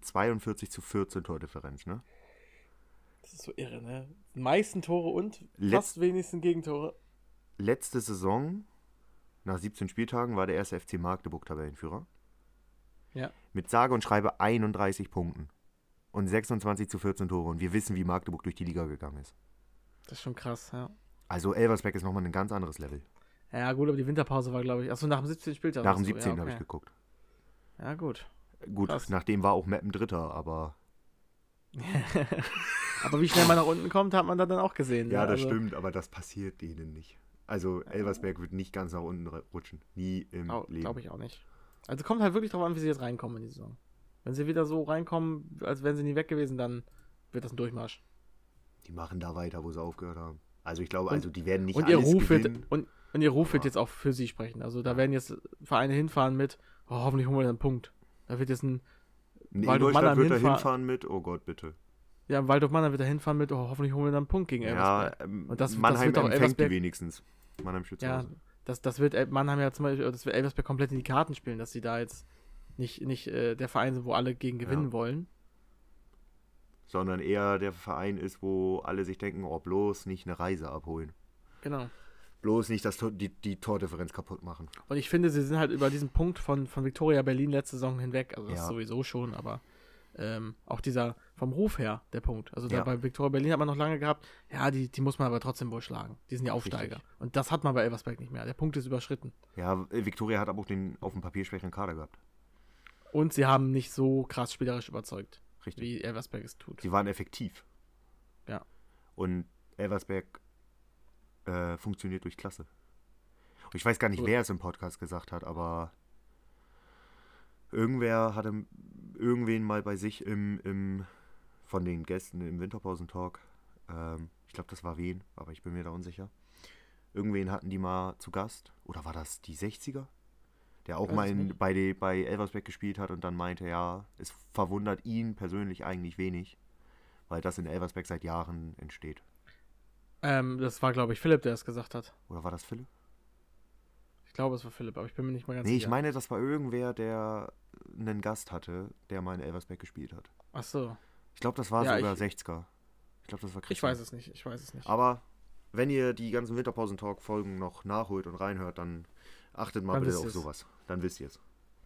42 zu 14 Tordifferenz, ne?
Das ist so irre, ne? Meisten Tore und
Letz-
fast wenigsten Gegentore.
Letzte Saison, nach 17 Spieltagen, war der erste FC Magdeburg Tabellenführer.
Ja.
Mit sage und schreibe 31 Punkten und 26 zu 14 Tore. Und wir wissen, wie Magdeburg durch die Liga gegangen ist.
Das ist schon krass, ja.
Also Elversberg ist nochmal ein ganz anderes Level.
Ja, gut, aber die Winterpause war, glaube ich. Achso, nach dem 17. Spieltag.
Nach dem
hast du-
17.
ja,
habe ich
okay.
geguckt.
Ja, gut.
Gut,
Krass.
nachdem war auch Meppen Dritter, aber.
Aber wie schnell man nach unten kommt, hat man da dann auch gesehen. ne? also,
stimmt, aber das passiert denen nicht. Also Elversberg wird nicht ganz nach unten rutschen. Nie im
Glaube ich auch nicht. Also kommt halt wirklich drauf an, wie sie jetzt reinkommen in die Saison. Wenn sie wieder so reinkommen, als wären sie nie weg gewesen, dann wird das ein Durchmarsch.
Die machen da weiter, wo sie aufgehört haben. Also ich glaube,
Und-
also die werden nicht
Und ihr,
alles
Ruf wird,
gewinnen.
und, und ihr Ruf wird
Ja.
jetzt auch für sie sprechen. Also da werden jetzt Vereine hinfahren mit, oh, hoffentlich holen wir einen Punkt. Da wird jetzt ein,
Nee,
weil du
Ingolstadt
Mannheim
wird da
hinfahr-
hinfahren mit, oh Gott, bitte.
ja, im Waldorf Mannheim wird da hinfahren mit, oh, hoffentlich holen wir dann einen Punkt gegen
Ja,
Elversberg.
ähm,
Und das- das
Mannheim
wird doch
empfängt die
Elversberg-
wenigstens. Mannheim steht zu
Ja,
Hause.
das, das wird El- Mannheim ja zum Beispiel, das wird Elversberg komplett in die Karten spielen, dass sie da jetzt nicht, nicht äh, der Verein sind, wo alle gegen gewinnen
Ja.
wollen.
Sondern eher der Verein ist, wo alle sich denken, oh, bloß nicht eine Reise abholen.
Genau.
Bloß nicht das, Tor- die, die Tordifferenz kaputt machen.
Und ich finde, sie sind halt über diesen Punkt von, von Victoria Berlin letzte Saison hinweg. Also das
Ja.
ist sowieso schon, aber ähm, auch dieser vom Ruf her der Punkt. Also
Ja.
da bei Victoria Berlin hat man noch lange gehabt, ja, die, die muss man aber trotzdem wohl schlagen. Die sind ja Aufsteiger.
Richtig.
Und das hat man bei Elversberg nicht mehr. Der Punkt ist überschritten.
Ja, Viktoria hat aber auch den auf dem Papier schwächeren Kader gehabt.
Und sie haben nicht so krass spielerisch überzeugt,
Richtig.
wie Elversberg es tut.
Sie waren effektiv.
Ja.
Und Elversberg äh, funktioniert durch Klasse. Und ich weiß gar nicht,
So-
wer es im Podcast gesagt hat, aber irgendwer hatte m- irgendwen mal bei sich im, im von den Gästen im Winterpausentalk. Ähm, ich glaube, das war wen, aber ich bin mir da unsicher. Irgendwen hatten die mal zu Gast. Oder war das die 60er? Der auch
Weiß
mal
ich
in,
nicht.
bei, de, bei Elversberg gespielt hat und dann meinte, ja, es verwundert ihn persönlich eigentlich wenig, weil das in Elversberg seit Jahren entsteht.
Ähm, das war, glaube ich, Philipp, der es gesagt hat.
Oder war das Philipp?
Ich glaube, es war Philipp, aber ich bin mir nicht mal ganz
Nee, ich
sicher.
meine, das war irgendwer, der einen Gast hatte, der mal in Elversberg gespielt hat.
Ach so,
Ich glaube, das war
Ja,
sogar
ich-
60er. Ich glaube, das war
ich
Christian.
weiß es nicht, ich weiß es nicht.
Aber wenn ihr die ganzen Winterpausentalk-Folgen noch nachholt und reinhört, dann achtet mal
Dann
bitte
wisst
auf
ihr's.
sowas. Dann wisst ihr es.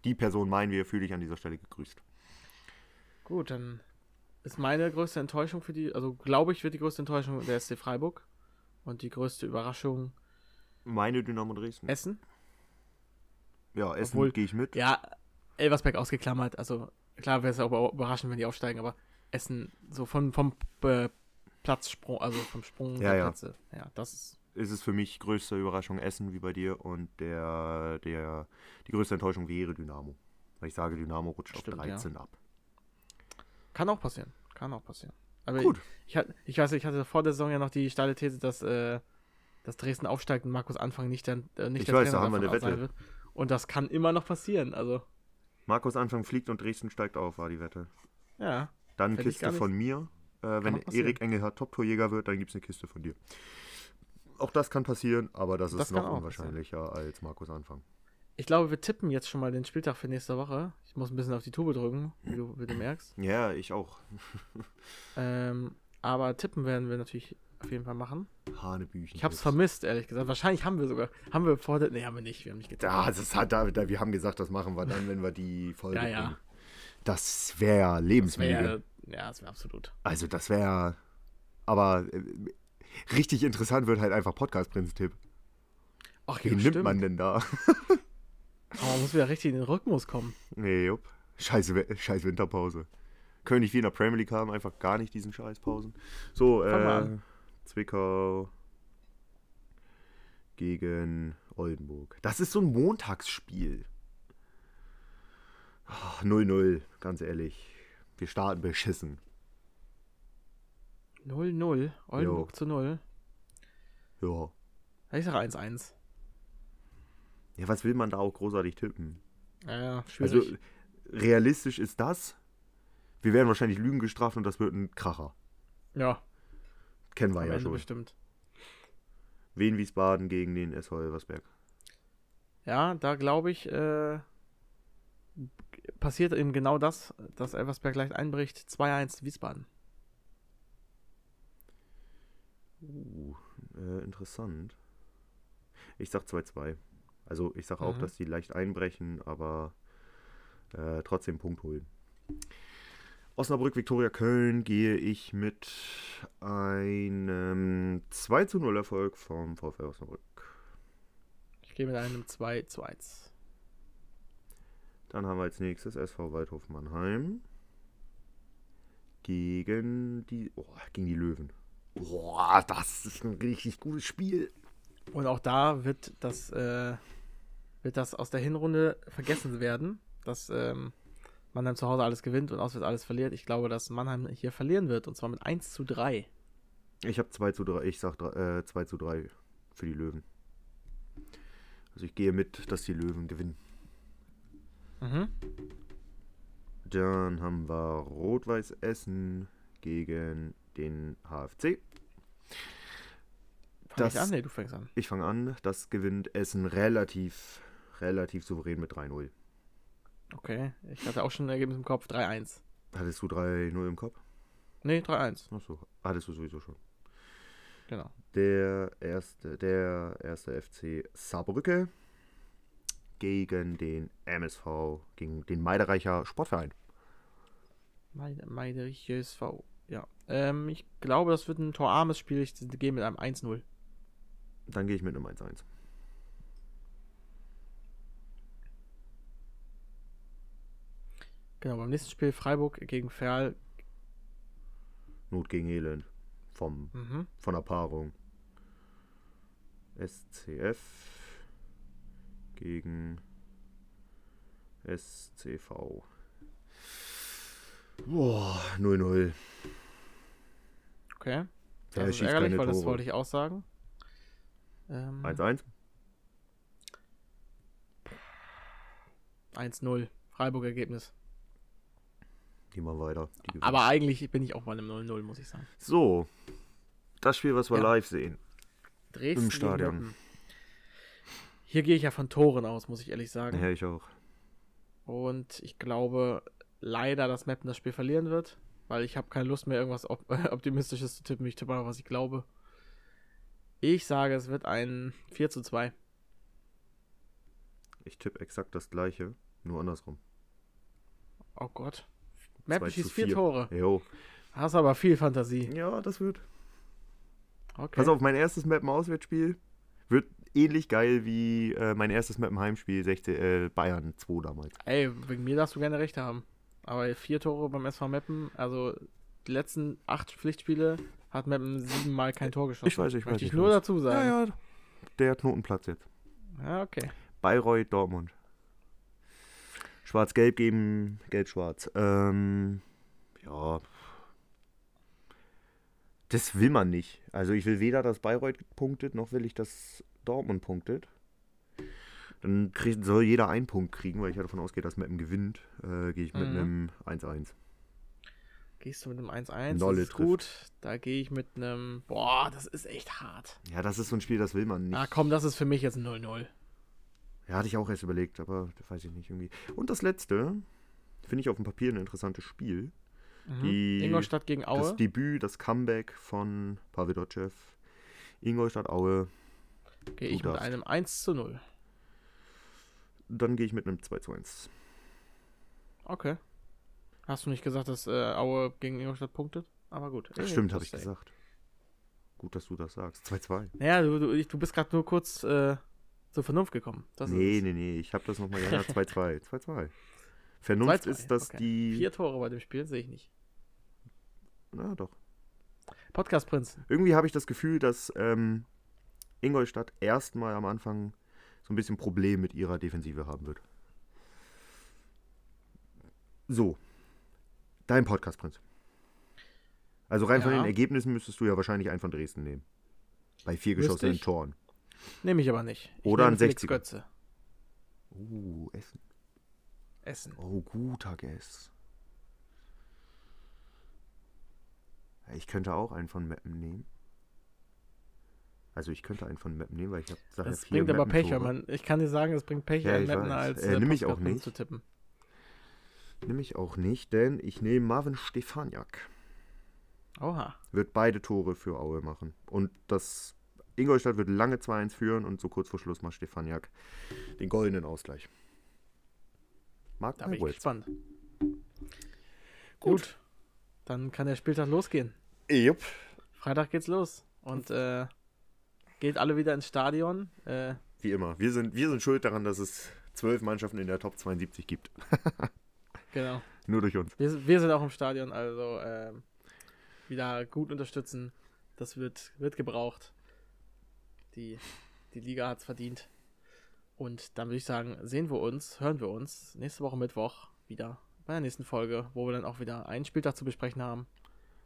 Die Person meinen wir, fühle ich an dieser Stelle gegrüßt.
Gut, dann ist meine größte Enttäuschung für die, also glaube ich, wird die größte Enttäuschung der SC Freiburg und die größte Überraschung
Meine Dynamo Dresden.
Essen.
ja, Essen
obwohl-
gehe ich mit.
Ja, Elversberg ausgeklammert, also klar wäre es auch über- überraschend, wenn die aufsteigen, aber Essen so von, vom äh, Platzsprung, also vom Sprung
Ja,
der
ja.
Plätze. Ja, das ist,
ist es für mich größte Überraschung Essen wie bei dir und der, der, die größte Enttäuschung wäre Dynamo. Weil ich sage, Dynamo rutscht
Stimmt,
auf
ja.
13 ab.
kann auch passieren, kann auch passieren. Aber
Gut.
Ich, ich, hat- ich weiß, nicht, ich hatte vor der Saison ja noch die steile These, dass, äh, dass Dresden aufsteigt und Markus Anfang nicht der, äh, nicht
Ich
der
weiß,
Trainer
da haben wir eine
davon
Wette.
sein wird. Und das kann immer noch passieren, also
Markus Anfang fliegt und Dresden steigt auf, war die Wette.
ja.
Dann
Fänd ich
Kiste
gar nicht-
von mir. Äh, Äh, wenn
mal passieren.
Erik Engelhardt Top-Torjäger wird, dann gibt es eine Kiste von dir. Auch das kann passieren, aber das,
Das
ist
kann
noch
auch
unwahrscheinlicher als Markus Anfang.
Ich glaube, wir tippen jetzt schon mal den Spieltag für nächste Woche. Ich muss ein bisschen auf die Tube drücken, wie du, wie du merkst.
Ja, ich auch.
Ähm, aber tippen werden wir natürlich auf jeden Fall machen.
Hanebüchen.
Ich hab's vermisst, ehrlich gesagt. Wahrscheinlich haben wir sogar. Haben wir vor der. Nee, haben wir nicht. Wir haben nicht getippt.
Da, das hat, da, da, wir haben gesagt, das machen wir dann, wenn wir die Folge
Ja, ja.
bringen. Das wäre lebensmüde.
Wär, äh, ja, das wäre absolut.
Also das wäre, aber äh, richtig interessant wird halt einfach Podcast-Prinz-Tipp.
Ach, ja,
Wen
stimmt.
nimmt man denn da?
Aber man muss wieder richtig in den Rhythmus kommen.
nee, jupp. Scheiß, We- scheiß Winterpause. Können nicht wie in der Premier League haben, einfach gar nicht diesen Scheißpausen. So,
Fang mal
äh,
an.
Zwickau gegen Oldenburg. Das ist so ein Montagsspiel. Ah, 0-0, ganz ehrlich. Wir starten beschissen.
0-0. Oldenburg
Jo.
zu 0.
Ja.
Ich sage 1-1.
Ja, was will man da auch großartig tippen?
Ja, ja, schwierig.
Also realistisch ist das. Wir werden wahrscheinlich Lügen gestraft und das wird ein Kracher.
ja,
Kennen
am
wir ja
Ende
schon.
bestimmt.
Wien Wiesbaden gegen den SV Elversberg.
Ja, da glaube ich, äh, passiert eben genau das, dass Elversberg leicht einbricht. 2-1 Wiesbaden.
Uh, äh, interessant. Ich sag 2-2. Also ich sag auch,
Mhm.
dass die leicht einbrechen, aber äh, trotzdem einen Punkt holen. Osnabrück, Viktoria Köln gehe ich mit einem 2 0 Erfolg vom VfL Osnabrück.
Ich gehe mit einem 2 zu 1.
Dann haben wir als nächstes SV Waldhof Mannheim gegen die, oh, gegen die Löwen. Boah, das ist ein richtig gutes Spiel.
Und auch da wird das, äh, wird das aus der Hinrunde vergessen werden, dass ähm, Mannheim zu Hause alles gewinnt und auswärts alles verliert. Ich glaube, dass Mannheim hier verlieren wird und zwar mit 1 zu 3.
Ich habe 2 zu 3, ich sag drei- äh, 2 zu 3 für die Löwen. Also ich gehe mit, dass die Löwen gewinnen.
Mhm.
Dann haben wir Rot-Weiß Essen gegen den HFC.
Fang
Das-
ich an? Nee, du fängst an.
Ich fange an, das gewinnt Essen relativ, relativ souverän mit 3-0.
Okay. Ich hatte auch schon ein Ergebnis im Kopf. 3-1.
Hattest du 3-0 im Kopf?
Nee, 3-1.
Achso, hattest du sowieso schon.
Genau.
Der erste, der erste FC Saarbrücke gegen den MSV, gegen den Meidereicher Sportverein.
Meide- Meiderich JSV. Ja. Ähm, ich glaube, das wird ein torarmes Spiel. Ich gehe mit einem 1-0.
Dann gehe ich mit einem 1-1.
Genau. Beim nächsten Spiel Freiburg gegen Ferl.
Not gegen Elend. Vom,
Mhm.
von der Paarung. SCF gegen SCV. Boah, 0-0.
Okay.
Wer
Das ist
schießt
ärgerlich,
keine
weil das
Tore?
wollte ich auch sagen. Ähm,
1-1.
1-0. Freiburg-Ergebnis.
Gehen wir weiter. Die gewinnen.
Aber eigentlich bin ich auch bei einem 0-0, muss ich sagen.
so, das Spiel, was wir
Ja.
live sehen.
Dresden gegen
Stadion.
Meppen. Hier gehe ich ja von Toren aus, muss ich ehrlich sagen.
Ja, ich auch.
Und ich glaube leider, dass Mappen das Spiel verlieren wird, weil ich habe keine Lust mehr, irgendwas op Optimistisches zu tippen. Ich tippe einfach, was ich glaube. Ich sage, es wird ein 4 zu 2.
Ich tippe exakt das gleiche, nur andersrum.
Oh Gott.
2
Mappen
zu
schießt vier,
vier.
Tore.
Jo.
Hast aber viel Fantasie.
Ja, das wird.
Okay.
Pass auf, mein erstes Mappen-Auswärtsspiel wird ähnlich geil wie äh, mein erstes Mappen-Heimspiel 16, äh, Bayern 2 damals.
Ey, wegen mir darfst du gerne recht haben. Aber vier Tore beim SV Meppen, also die letzten acht Pflichtspiele hat Meppen siebenmal kein Tor geschossen.
Äh, Ich weiß, ich weiß.
Möchte ich
ich
nur
weiß.
dazu sagen.
Ja, ja. Der Knotenplatz jetzt.
Ja, okay.
Bayreuth, Dortmund. Schwarz-Gelb geben, Gelb-Schwarz. Ähm, ja. Das will man nicht. Also ich will weder, dass Bayreuth punktet, noch will ich, dass Dortmund punktet. Dann krieg, soll jeder einen Punkt kriegen, weil ich ja davon ausgehe, dass Meppen gewinnt. Äh, Gehe ich mit
Mhm.
einem 1-1.
Geh Gehst du mit einem 1-1, das
Nolle
ist
trifft.
gut. Da gehe ich mit einem. Boah, das ist echt hart.
Ja, das ist so ein Spiel, das will man nicht.
Ah, komm, das ist für mich jetzt ein 0-0.
Ja, hatte ich auch erst überlegt, aber weiß ich nicht irgendwie. Und das letzte, finde ich auf dem Papier ein interessantes Spiel. Die-
Mhm. Ingolstadt gegen Aue.
Das Debüt, das Comeback von Pavel Dotschew, Ingolstadt Aue.
Gehe
Du
ich mit
darfst.
einem 1 zu 0.
Dann gehe ich mit einem 2 zu 1.
Okay. Hast du nicht gesagt, dass äh, Aue gegen Ingolstadt punktet? Aber gut.
Das
Ey,
stimmt, habe ich
lustig.
gesagt. Gut, dass du das sagst. 2 2.
Naja, du, du, ich- du bist gerade nur kurz äh, zur Vernunft gekommen. Das
Nee,
ist
nee, nee, ich habe das nochmal geändert. 2 2. 2 2. Vernunft
2-2,
ist, dass
okay.
die.
Vier Tore bei dem Spiel, sehe ich nicht.
Na doch.
Podcast Prinzen.
Irgendwie habe ich das Gefühl, dass ähm, Ingolstadt erstmal am Anfang so ein bisschen Problem mit ihrer Defensive haben wird. So. Dein Podcast, Prinz. Also rein von
Ja.
den Ergebnissen müsstest du ja wahrscheinlich einen von Dresden nehmen. Bei vier geschossenen
ich.
Toren.
Nehme ich aber nicht. Ich
Oder
nehme
ein
Felix
60er.
Götze. Uh,
Oh, Essen.
Essen.
Oh, guter Guess. Ja, Ich könnte auch einen von Meppen nehmen. Also ich könnte einen von Meppen nehmen, weil ich habe Sache
Das bringt aber Pech, wenn man. Ich kann dir sagen, es bringt Pech,
Ja,
einen
ich
Mapner
weiß.
als
Äh, nimm ich auch
Podcast-Prinz
nicht.
zu tippen.
Nehme ich auch nicht, denn ich nehme Marvin Stefaniak.
Oha.
Wird beide Tore für Aue machen. Und das Ingolstadt wird lange 2-1 führen und so kurz vor Schluss macht Stefaniak den goldenen Ausgleich. Mark
Da bin ich
Marwitz.
gespannt. Gut. Dann kann der Spieltag losgehen.
Jupp.
Freitag geht's los. Und äh, geht alle wieder ins Stadion. Äh,
Wie immer. Wir sind, wir sind schuld daran, dass es zwölf Mannschaften in der Top 72 gibt.
genau.
Nur durch uns.
Wir, sind- wir sind auch im Stadion, also ähm, wieder gut unterstützen. Das wird, wird gebraucht. Die, die Liga hat's verdient. Und dann würde ich sagen, sehen wir uns, hören wir uns nächste Woche Mittwoch wieder bei der nächsten Folge, wo wir dann auch wieder einen Spieltag zu besprechen haben.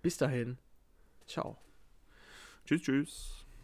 Bis dahin. Ciao.
Tschüss, tschüss.